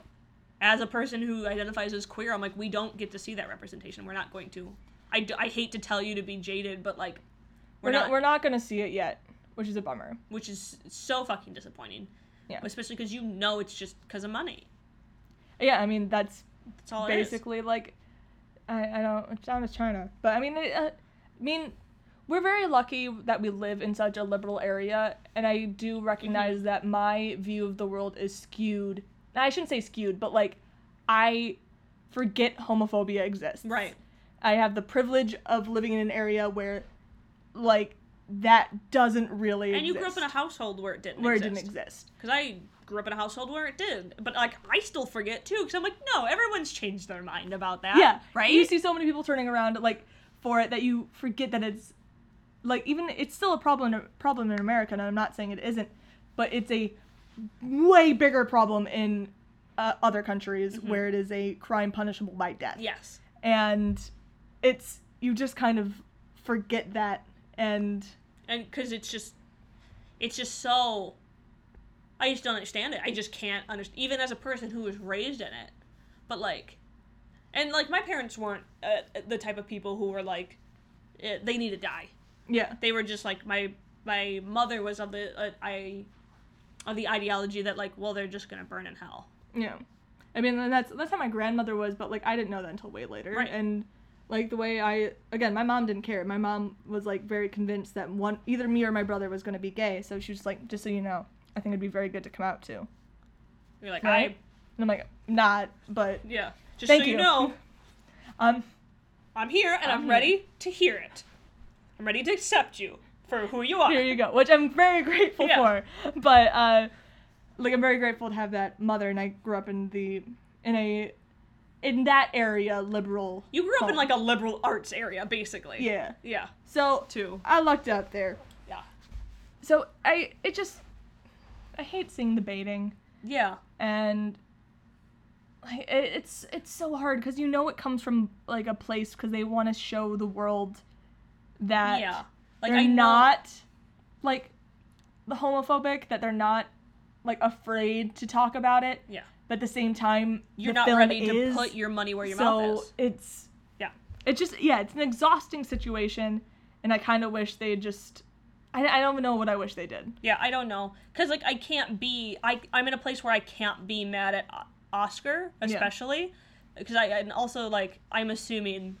as a person who identifies as queer, I'm like, we don't get to see that representation. We're not going to. I, d- I hate to tell you to be jaded, but like, we're, We're not, not we're not gonna see it yet, which is a bummer. which is so fucking disappointing. Yeah. Especially because you know it's just because of money. Yeah, I mean that's That's all it basically like I, I don't China's China, but I mean it, uh, I mean we're very lucky that we live in such a liberal area, and I do Mm-hmm. recognize that my view of the world is skewed. I shouldn't say skewed, but like I forget homophobia exists. is. Right. I have the privilege of living in an area where like that doesn't really And you grew up in a exist, household where it didn't where it exist. didn't exist. Because I grew up in a household where it did. But like, I still forget too, because I'm like, no, everyone's changed their mind about that. Yeah, Right? You see so many people turning around like for it that you forget that it's like even it's still a problem problem in America, and I'm not saying it isn't, but it's a way bigger problem in uh, other countries Mm-hmm. where it is a crime punishable by death, yes. and it's you just kind of forget that and and because it's just it's just so i just don't understand it i just can't understand even as a person who was raised in it but like and like my parents weren't uh, the type of people who were like eh, they need to die yeah they were just like my my mother was of the uh, i of the ideology that like well they're just gonna burn in hell Yeah. I mean, and that's that's how my grandmother was, but like I didn't know that until way later. Right. And like the way I again, my mom didn't care. My mom was like very convinced that one either me or my brother was going to be gay, so she was just like, just so you know, I think it'd be very good to come out to. And you're like Right. I'm like, not, but i yeah just Thank so you, you. know um, i'm here and i'm, I'm here. ready to hear it i'm ready to accept you for who you are here you go, which I'm very grateful Yeah. for. But uh, like I'm very grateful to have that mother, and I grew up in the in a in that area liberal. You grew up in Oh. like a liberal arts area, basically. Yeah. Yeah. So Too. I lucked out there. Yeah. so I it just I hate seeing the baiting Yeah. and I, it, it's it's so hard because you know it comes from like a place because they want to show the world that yeah. Like they're I know- not like the homophobic that they're not like afraid to talk about it Yeah. but at the same time You're the not film ready to is, put your money where your so mouth is. it's Yeah. it's just yeah it's an exhausting situation and I kind of wish they just I, I don't even know what I wish they did Yeah. I don't know, cause like I can't be. I I'm in a place where I can't be mad at O- Oscar, especially, because I and also like I'm assuming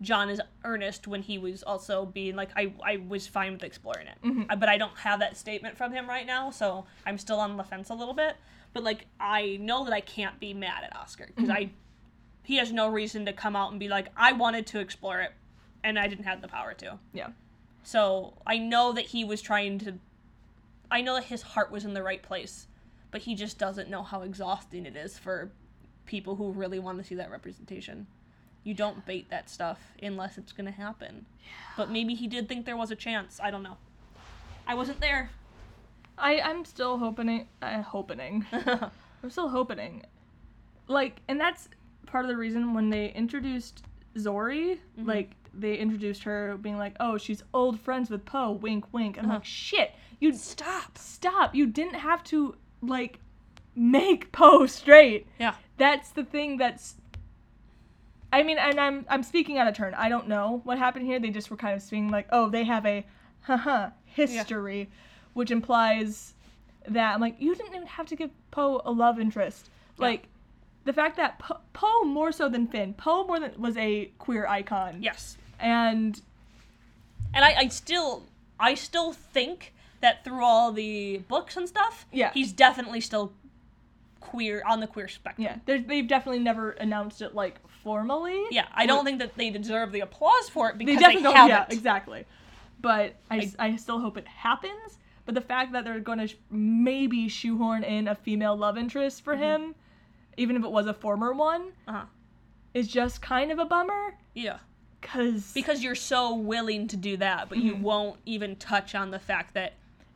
John is earnest when he was also being like I I was fine with exploring it, Uh, but I don't have that statement from him right now, so I'm still on the fence a little bit. But like I know that I can't be mad at Oscar because I he has no reason to come out and be like I wanted to explore it, and I didn't have the power to. yeah So I know that he was trying to. I know that his heart was in the right place, but he just doesn't know how exhausting it is for people who really want to see that representation. You don't bait that stuff unless it's going to happen. But maybe he did think there was a chance. I don't know. I wasn't there. I I'm still hoping uh, hoping. I'm still hoping. Like and that's part of the reason when they introduced Zori, like they introduced her being like, "Oh, she's old friends with Poe." Wink wink. And I'm like, "Shit. You Stop. stop. You didn't have to like make Poe straight." Yeah. That's the thing that's I mean, and I'm I'm speaking out of turn. I don't know what happened here. They just were kind of speaking like, "Oh, they have a haha history," which implies that I'm like, you didn't even have to give Poe a love interest. Like, the fact that Po- Poe more so than Finn, Poe more than was a queer icon. Yes. and And I, I still I still think that through all the books and stuff, Yeah. he's definitely still queer on the queer spectrum. yeah, there's- they've definitely never announced it like formally. Yeah, I don't think that they deserve the applause for it they because they, definitely don't- haven't. yeah, exactly. But I, s- I still hope it happens. But the fact that they're going to sh- maybe shoehorn in a female love interest for him, even if it was a former one, Mm-hmm. Uh-huh. is just kind of a bummer. Yeah. Cause because you're so willing to do that, but Mhm. you won't even touch on the fact that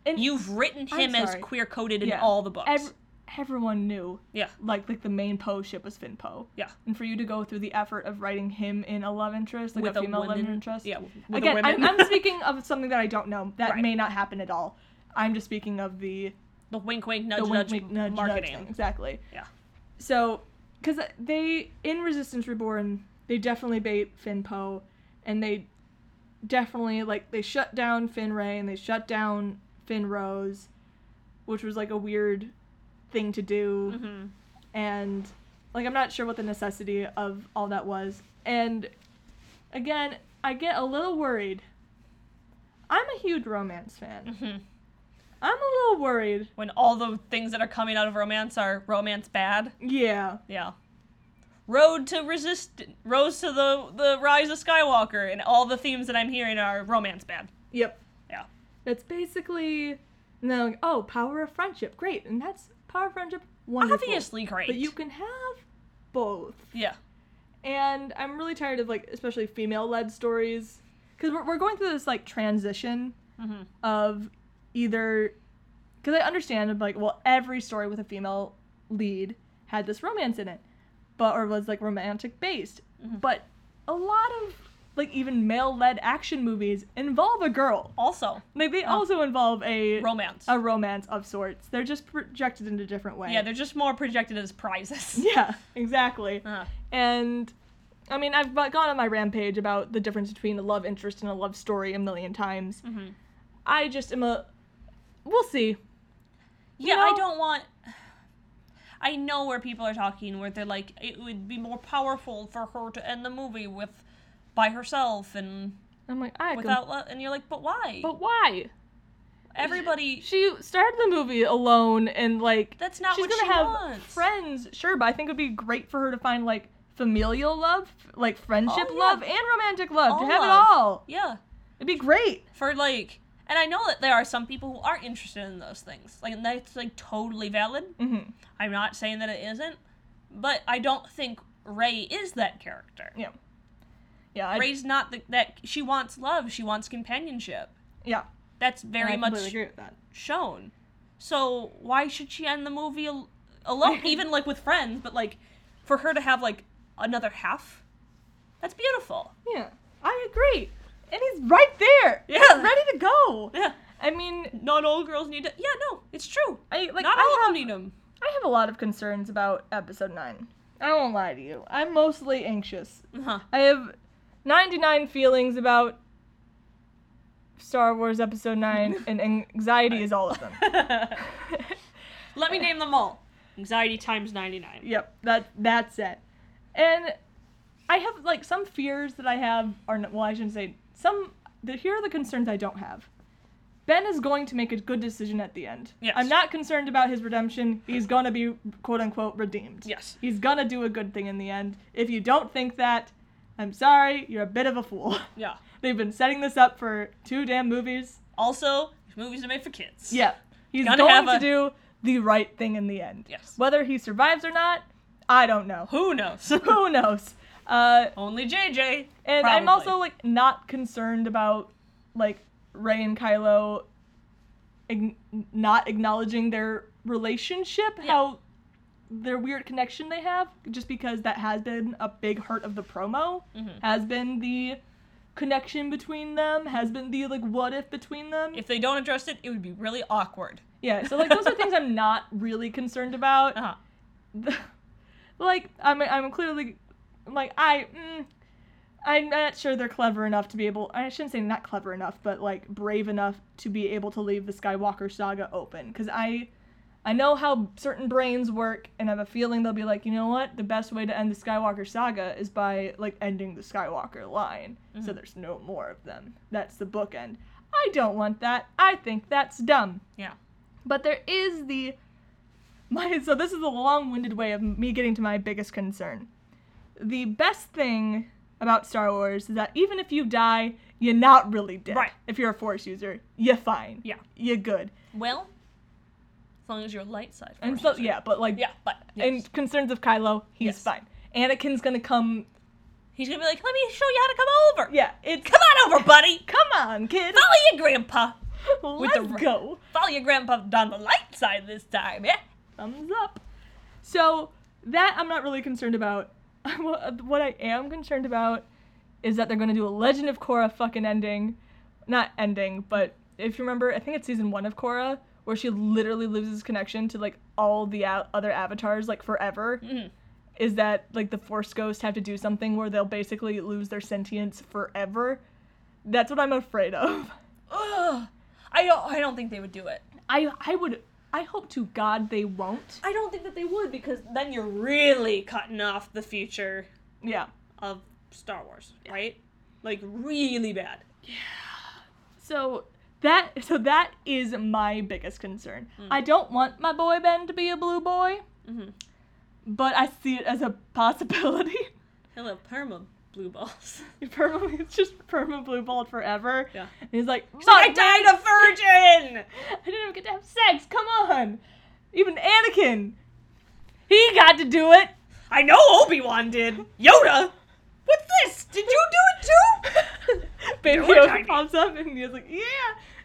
and you've written I'm him as sorry. queer coded in Yeah. all the books. ev- everyone knew yeah, like like the main Poe ship was Finn Poe. yeah. And for you to go through the effort of writing him in a love interest, like With a a female love woman- interest. yeah, with a Again, I'm, woman. I'm speaking of something that I don't know. That <laughs> Right. may not happen at all. I'm just speaking of the The wink, wink, nudge, the nudge, wink, wink, nudge, nudge marketing. thing. Exactly. Yeah. So, because they in Resistance Reborn, they definitely bait Finn Poe, and they definitely like they shut down Finn Ray and they shut down Finn Rose, which was like a weird thing to do, Mm-hmm. and like I'm not sure what the necessity of all that was. And again, I get a little worried. I'm a huge romance fan. Mhm. I'm a little worried. When all the things that are coming out of romance are romance bad. Yeah. Yeah. Road to resist, rose to the the rise of Skywalker, and all the themes that I'm hearing are romance bad. Yep. Yeah. That's basically and then like, oh, power of friendship, great, and that's power of friendship wonderful. Obviously great. but you can have both, yeah. and I'm really tired of like especially female-led stories because we're we're going through this like transition Mm-hmm. of either because I understand of, like well every story with a female lead had this romance in it, but or was like romantic based, Mhm. but a lot of like even male-led action movies involve a girl. Also, Like they also involve a romance. a romance of sorts. They're just projected in a different way. yeah, they're just more projected as <laughs> prizes. yeah, exactly. <laughs> Uh-huh. And I mean, I've bu- gone on my rampage about the difference between a love interest and a love story a million times. Mhm. I just am a. We'll see. Yeah, I know- don't want. I know where people are talking, where they're like, it would be more powerful for her to end the movie with, by herself and I'm like, I. Com- without, lo- and you're like, but why? but why? Everybody, She started the movie alone and like. that's not she's what gonna she have wants. friends, sure, but I think it would be great for her to find like familial love, f- like friendship yeah. love, and romantic love to All have it love. all. yeah, It'd be great. for like, and I know that there are some people who aren't interested in those things, like, and that's like totally valid. Mm-hmm. I'm not saying that it isn't, but I don't think Ray is that character. Yeah. Yeah. I, Ray's not the, that she wants love. She wants companionship. yeah. That's very I much completely agree with that. shown. So why should she end the movie al- <laughs> alone? Even like with friends, but like for her to have like another half, that's beautiful. Yeah, I agree. And he's right there. Yeah. He's ready to go. Yeah, I mean, <laughs> not all girls need to. Yeah, no, it's true. I like. not I all of have, them need them. I have a lot of concerns about episode nine. I won't lie to you. I'm mostly anxious. Uh-huh. I have 99 feelings about Star Wars Episode <laughs> Nine, and anxiety is all of them. Uh-huh. <laughs> Let me name them all. Anxiety times ninety nine. Yep, that that's it. And I have like some fears that I have are n- well, I shouldn't say some. The, here are the concerns I don't have. Ben is going to make a good decision at the end. Yes. I'm not concerned about his redemption. He's gonna be quote unquote redeemed. Yes. He's gonna do a good thing in the end. If you don't think that, I'm sorry, you're a bit of a fool. <laughs> Yeah. They've been setting this up for two damn movies. Also, these movies are made for kids. Yeah. He's Gotta going have to a- do the right thing in the end. Yes. Whether he survives or not, I don't know Who knows? <laughs> <laughs> who knows? Uh, Only JJ. and I'm probably. also like not concerned about like Ray and Kylo ag- not acknowledging their relationship, how their weird connection they have, just because that has been a big hurt of the promo, Mhm. has been the connection between them, has been the like what if between them. if they don't address it, it would be really awkward. yeah, so like those are things I'm not really concerned <laughs> about. Uh huh. <laughs> like I'm I'm clearly like I mm, I'm not sure they're clever enough to be able I shouldn't say not clever enough but like brave enough to be able to leave the Skywalker saga open cuz I I know how certain brains work and I have a feeling they'll be like you know what the best way to end the Skywalker saga is by like ending the Skywalker line so there's no more of them that's the bookend I don't want that I think that's dumb Yeah. but there is the my so this is a long-winded way of me getting to my biggest concern. The best thing about Star Wars is that even if you die, you're not really dead. Right. If you're a Force user, you're fine. Yeah. You're good. Well, as long as you're light side. And force so user. yeah, but like Yeah, but yes. in concerns of Kylo, he's Yes. fine. Anakin's gonna come He's gonna be like, let me show you how to come over. Yeah, it's Come on over, buddy. come on, kid. Follow your grandpa. Let's the r- go. Follow your grandpa down the light side this time, eh?" yeah? Thumbs up. So that I'm not really concerned about. <laughs> What what I am concerned about is that they're gonna do a Legend of Korra fucking ending, not ending, but if you remember, I think it's season one of Korra where she literally loses connection to like all the o- other avatars like forever. Mhm. Is that like the Force Ghosts have to do something where they'll basically lose their sentience forever? That's what I'm afraid of. Ugh. I don't I don't think they would do it. I I would I hope to God they won't. I don't think that they would because then you're really cutting off the future Yeah. of Star Wars, right? Like really bad. So that so that is my biggest concern. Mm. I don't want my boy Ben to be a blue boy, Mhm. but I see it as a possibility. <laughs> Hello, perma blue balls. Perma, it's just perma blue balled forever. Yeah. And he's like, I "Fuck, died a <laughs> virgin. <laughs> I didn't even get to have sex. Come on, even Anakin, he got to do it. I know Obi Wan did. Yoda, what's this? Did you do it too? <laughs> Baby Do it, Yoda Tiny. pops up and he's like, yeah.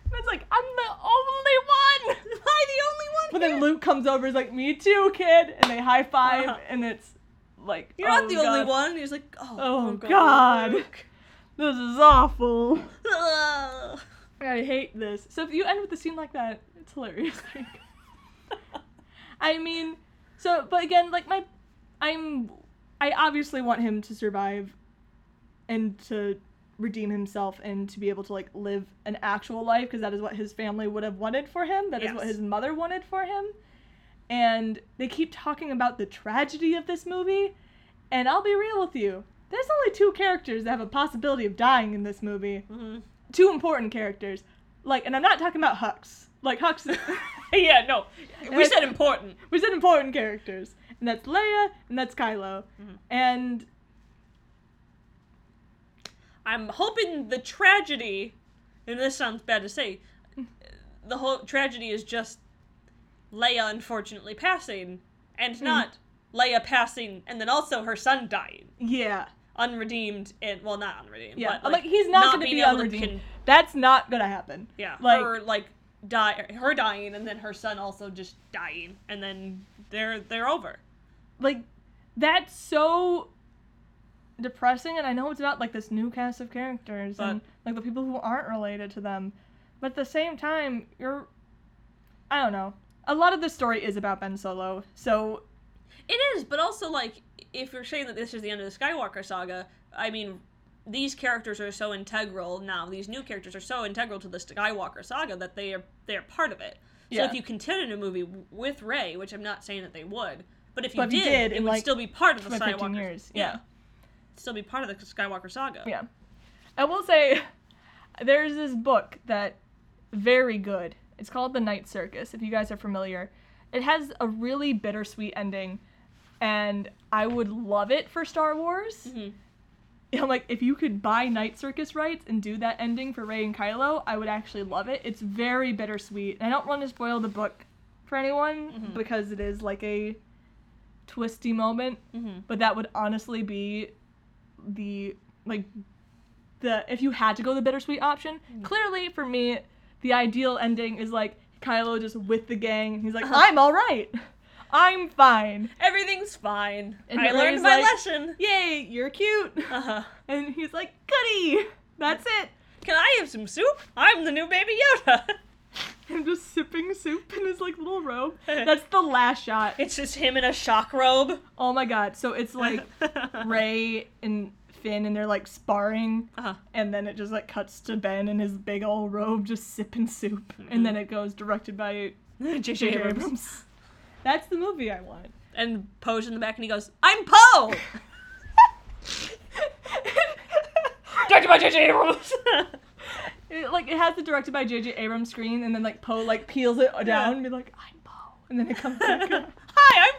And it's like, I'm the only one. <laughs> I the But only one? then Luke comes over, is like, "Me too, kid," and they high five, Uh-huh. and it's like, You're not "Oh, the God, only one. He's like, oh, Oh, oh God. Luke. This is awful. <laughs> Ugh. I hate this." So if you end with a scene like that, it's hilarious. I mean, so but again, like my, I'm, I obviously want him to survive, and to redeem himself and to be able to like live an actual life because that is what his family would have wanted for him. That is what Yes. his mother wanted for him. And they keep talking about the tragedy of this movie, and I'll be real with you. There's only two characters that have a possibility of dying in this movie. Mhm. Two important characters. Like, and I'm not talking about Hux. Like Hux yeah, no. I- We said important. we said important characters, and that's Leia, and that's Kylo, Mm-hmm. and I'm hoping the tragedy, and this sounds bad to say, the whole tragedy is just Leia unfortunately passing, and Hmm. not Leia passing and then also her son dying. yeah, Unredeemed and well, not unredeemed. yeah. but, Like, he's not, going to being be able to unredeemed. con- that's not going to happen. yeah, Like- her like die, her dying, and then her son also just dying, and then they're they're over. Like, that's so depressing, and I know it's about like this new cast of characters and like the people who aren't related to them, but at the same time, you're, I don't know. A lot of this story is about Ben Solo, so It is, but also like if you're saying that this is the end of the Skywalker saga, I mean, these characters are so integral now. These new characters are so integral to the Skywalker saga that they are they're part of it. So Yeah. if you continue a movie w- with Ray, which I'm not saying that they would, but if you But if did, you did, it in, would like, still be part of the 12, 15 Skywalker. years, yeah. still be part of the Skywalker saga. Yeah. I will say <laughs> there's this book that very good. It's called The Night Circus if you guys are familiar. It has a really bittersweet ending and I would love it for Star Wars. Mhm. <laughs> I'm like if you could buy Night Circus rights and do that ending for Rey and Kylo, I would actually love it. It's very bittersweet. And I don't want to spoil the book for anyone because it is like a twisty moment Mm-hmm. but that would honestly be the like the if you had to go the bittersweet option Mm. clearly for me the ideal ending is like kylo just with the gang he's Uh-huh. like i'm all right i'm fine Everything's fine. And I learned Rey's my like- lesson. yay you're cute <laughs> Uh-huh. and he's like goody that's it Can I have some soup? I'm the new baby Yoda. <laughs> and just sipping soup in his like little <laughs> robe that's the last shot it's just him in a shock <laughs> robe. oh my god so it's <laughs> like ray and finn and they're like sparring Uh-huh. and then it just like cuts to Ben in his big old robe just sipping soup, and then it goes directed <laughs> by J.J. J.J. Mm-hmm. Abrams. Abrams. That's the movie I want. <laughs> And Poe's in the back and he goes, I'm <laughs> Poe! Directed by J.J. <laughs> Abrams! It, like it has the directed by J.J. Abrams screen, and then like Poe like peels it down and be like, "I'm Poe," and then it comes back. <laughs> up. Hi, I'm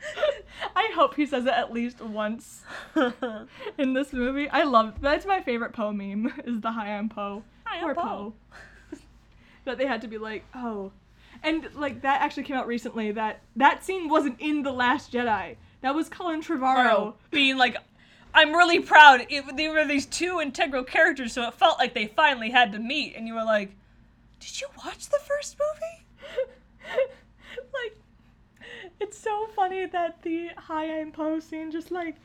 <laughs> I hope he says it at least once Poe! in this movie. I love that's my favorite Poe meme is the "Hi, I'm Poe." Hi, Poor I'm Poe. Poe. that they had to be like, oh, and like that actually came out recently. <laughs> Oh. That that scene wasn't in the Last Jedi. That was Colin Trevorrow. Being like, I'm really proud. It, they were these two integral characters, so it felt like they finally had to meet. And you were like, did you watch the first movie? <laughs> like, it's so funny that the high I'm post scene just like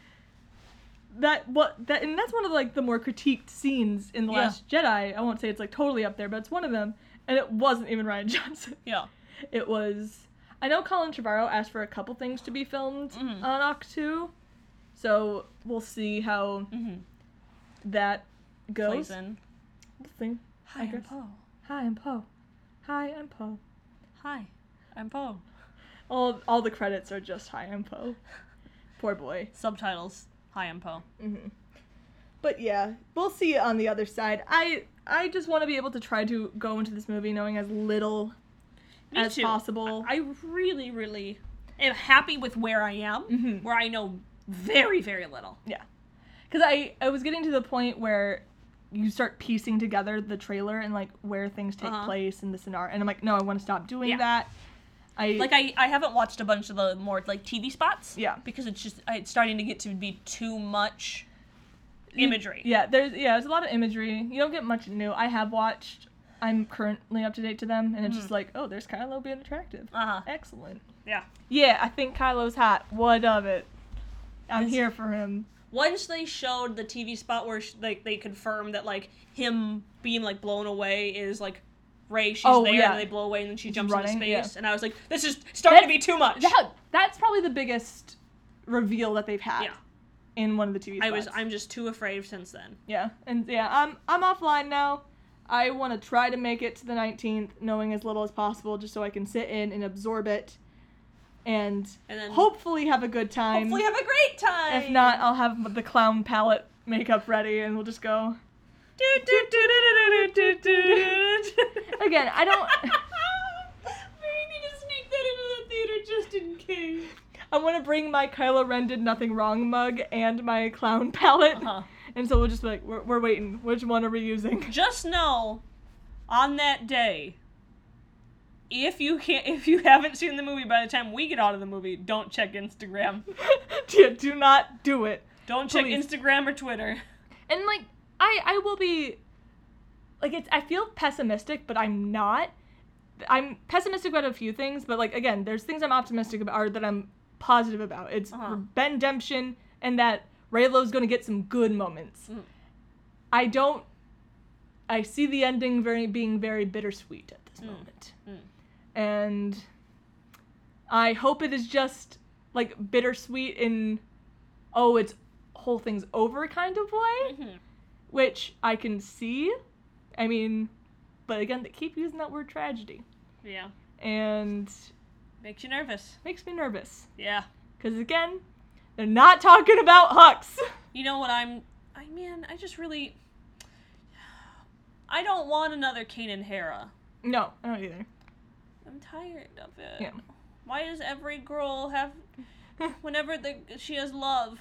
that what that and that's one of like the more critiqued scenes in the Yeah. Last Jedi. I won't say it's like totally up there, but it's one of them. And it wasn't even Ryan <laughs> Johnson. Yeah. It was. I know Colin Trevorrow asked for a couple things to be filmed Mhm. on Octu, so we'll see how Mm-hmm. that goes. Plays in. Thing. Hi, I'm Poe. Hi, I'm Poe. Hi, I'm Poe. Hi, I'm Poe. All all the credits are just Hi, I'm <laughs> Poe. Poor boy. Subtitles. Hi, I'm Poe. hmm But yeah, we'll see on the other side. I I just want to be able to try to go into this movie knowing as little Me as too. possible. I really, really am happy with where I am, Mhm. where I know very, very little. Yeah. Cuz I I was getting to the point where you start piecing together the trailer and like where things take Uh-huh. place and the scenario and I'm like no, I want to stop doing Yeah. that. I Like I, I haven't watched a bunch of the more like TV spots. Yeah. Because it's just it's starting to get to be too much imagery. Yeah, there's yeah, there's a lot of imagery. You don't get much new. I have watched I'm currently up to date to them and it's just like, oh, there's Kylo being attractive. Uh huh. Excellent. Yeah. Yeah, I think Kylo's hot. What of it? I'm Yes. here for him. Once they showed the TV spot where sh- like they confirmed that like him being like blown away is like Ray, she's Oh, there, yeah. and they blow away, and then she jumps running, into yeah. space, and I was like, this is starting to That- be too much. That, that's probably the biggest reveal that they've had yeah. in one of the TV spots. I was I'm just too afraid since then. yeah, and yeah, I'm I'm offline now. I want to try to make it to the 19th, knowing as little as possible, just so I can sit in and absorb it, and, And then hopefully have a good time. hopefully have a great time. If not, I'll have the clown palette makeup ready and we'll just go. Do, do, do, do, <laughs> do, do, do, do, do. <laughs> Again, I don't. we need to sneak that into the theater just in case. I want to bring my Kylo Ren did nothing wrong mug and my clown palette. Uh-huh. And so we'll just be like, we're, we're waiting. Which one are we using? <laughs> Just know, on that day, if you can't, if you haven't seen the movie by the time we get out of the movie, don't check Instagram. do, do not do it. Don't check Please. Instagram or Twitter. And like, I I will be. Like it's I feel pessimistic, but I'm not. I'm pessimistic about a few things, but like again, there's things I'm optimistic about or that I'm positive about. It's Uh-huh. Ben Demption and that Raylo's gonna get some good moments. Mm. I don't. I see the ending very being very bittersweet at this Mm. moment, Mm. and I hope it is just like bittersweet in, oh, it's whole thing's over kind of way, Mhm. which I can see. I mean, but again, they keep using that word tragedy, Yeah, and makes you nervous. makes me nervous Yeah. because again, they're not talking about Hux. <laughs> You know what I'm I mean, I just really I don't want another Kane and Hera. no, I don't either. I'm tired of it. Yeah. Why does every girl have whenever the, she has love,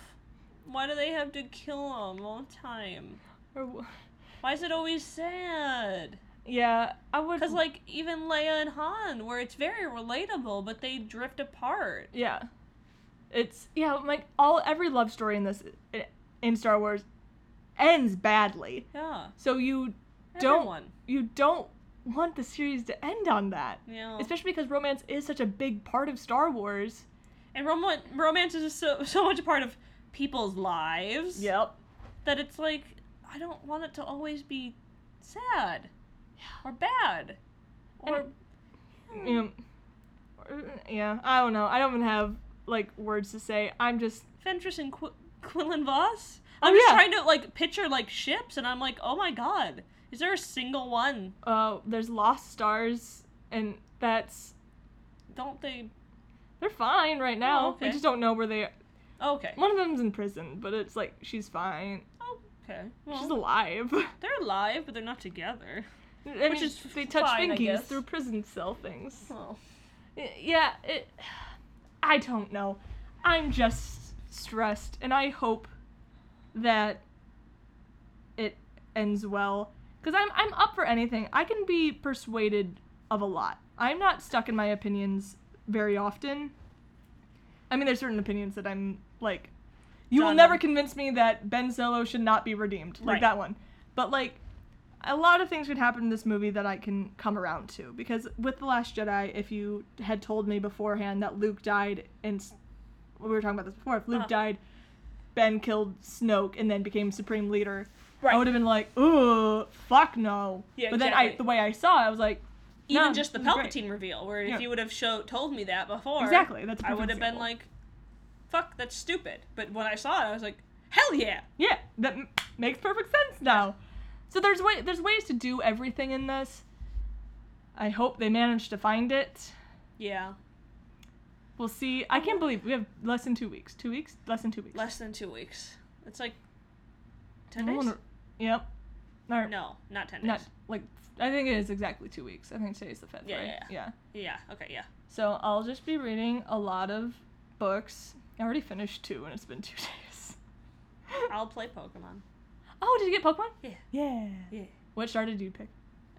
why do they have to kill him all the time? Or w- Why is it always sad? yeah, I would. Cuz like even Leia and Han where it's very relatable but they drift apart. Yeah. It's yeah, like all every love story in this in Star Wars ends badly. Yeah. So you Don't- Everyone. you don't want the series to end on that. Yeah. Especially because romance is such a big part of Star Wars. And rom- romance is so so much a part of people's lives. Yep. that it's like I don't want it to always be sad or bad or Yeah. yeah, I don't know. I don't even have like words to say. I'm just Ventress and Qu- Quinlan Voss. I'm just yeah. trying to like picture like ships, and I'm like, oh my god, is there a single one? uh there's Lost Stars and that's Don't they? they're fine right now. Oh, okay. We just don't know where they are. oh, Okay, One of them's in prison, but it's like she's fine. okay. Well, She's alive. <laughs> they're alive, but they're not together. I Which mean, is they touch fine, I fingies guess. through prison cell things. Oh. Y- Yeah, it. I don't know. I'm just stressed, and I hope that it ends well. Cause I'm I'm up for anything. I can be persuaded of a lot. I'm not stuck in my opinions very often. I mean, there's certain opinions that I'm like, You will John never Lennon. convince me that Ben Solo should not be redeemed, like Right. that one. But like, a lot of things could happen in this movie that I can come around to because with the Last Jedi, if you had told me beforehand that Luke died and s- we were talking about this before, if Luke Uh-huh. died, Ben killed Snoke and then became Supreme Leader, I Right. would have been like, ooh, fuck no. Yeah, but then I, exactly. the way I saw it, I was like, Even no, just the this is great. Palpatine reveal, where if Yeah. you would have show, told me that before, Exactly, that's a I perfect would have been example. like, "Fuck, that's stupid." But when I saw it, I was like, "Hell yeah!" Yeah, that m- makes perfect sense now. So there's way there's ways to do everything in this. I hope they manage to find it. Yeah, We'll see. I can't believe we have less than two weeks. Two weeks? Less than two weeks. less than two weeks. It's like ten I days. wonder- Yep. Or, No, not ten days. Not like I think it is exactly two weeks. I think today's the fifth, Yeah, right? yeah, Yeah. Okay. Yeah. So I'll just be reading a lot of books. I already finished two, and it's been <laughs> two days. I'll play Pokemon. oh, did you get Pokemon? Yeah. Yeah. Yeah. What star did you pick?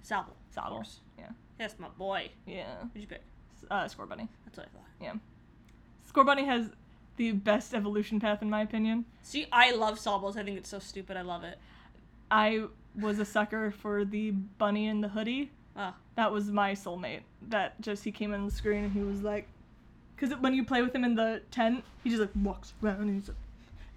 Sobble. Sobble. course. Yeah. That's my boy. Yeah. Who'd you pick? S- Uh, Score Bunny. That's what I thought. Yeah. Score Bunny has the best evolution path in my opinion. See, I love Sobbles. I think it's so stupid. I love it. I was a sucker for the bunny in the hoodie. Oh, That was my soulmate. That just he came on the screen and he was like, because when you play with him in the tent, he just like walks around and he's like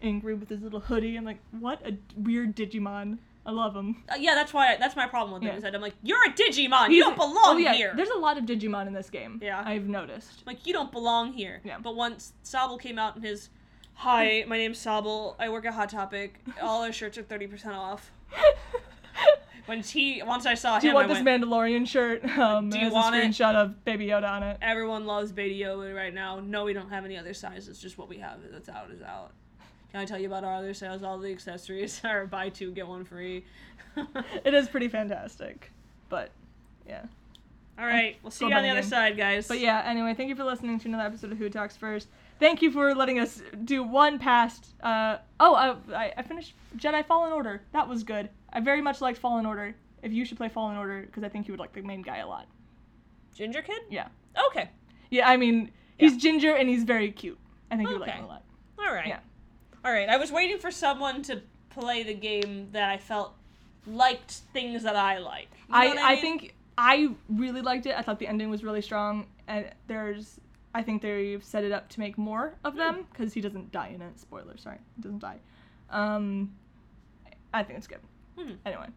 angry with his little hoodie. I'm like, what a weird Digimon. I love him. Uh, yeah. That's why. that's my problem with it. Yeah. Is that I'm like, you're a Digimon. You don't belong Oh, yeah, here. There's a lot of Digimon in this game. Yeah. I've noticed. Like you don't belong here. Yeah. But once Sobble came out in his, <laughs> "Hi, my name's Sobble. I work at Hot Topic. All our shirts are thirty <laughs> percent off." When he once I saw Do you him, want I this went, Mandalorian shirt? <laughs> Um, Do it you has want a it? screenshot of Baby Yoda on it. "Everyone loves Baby Yoda right now. No, we don't have any other size. It's just what we have. That's out is out." Can I tell you about our other sales? All the accessories <laughs> are buy two get one free. <laughs> all It is pretty fantastic, but yeah. right, we'll see Go you on buy the other again. side, guys. But yeah, anyway, thank you for listening to another episode of Who Talks First. Thank you for letting us do one past. Uh, oh, I, I, I finished Jedi Fallen Order. That was good. I very much liked Fallen Order. If you should play Fallen Order, because I think you would like the main guy a lot. Ginger Kid. Yeah. Okay. Yeah, I mean, he's ginger and he's very cute. I think you would like Okay. him a lot. All right. Yeah. All right. I was waiting for someone to play the game that I felt liked things that I like. You know I, what I mean? think I really liked it. I thought the ending was really strong, and there's I think they've set it up to make more of them because he doesn't die in it. Spoiler, sorry, he doesn't die. Um, I think it's good. Hmm. Anyway,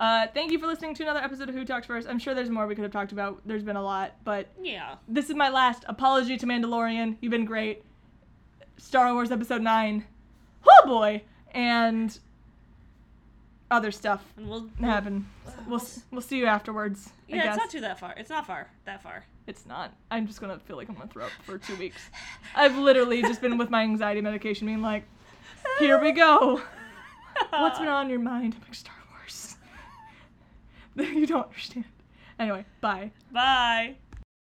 uh, thank you for listening to another episode of Who Talks First. I'm sure there's more we could have talked about. There's been a lot, but Yeah. this is my last apology to Mandalorian. You've been great. Star Wars Episode Nine. Oh boy, and other stuff And we'll. happen. We'll s- we'll see you afterwards. I Mm. yeah, guess. it's not too that far. It's not far. That far. It's not. I'm just gonna feel like I'm gonna throw up for two weeks. I've literally just been with my anxiety medication, being like, "Here we go. What's been on your mind?" I'm like, "Star <laughs> Wars." you don't understand. Anyway, bye. <laughs> Bye.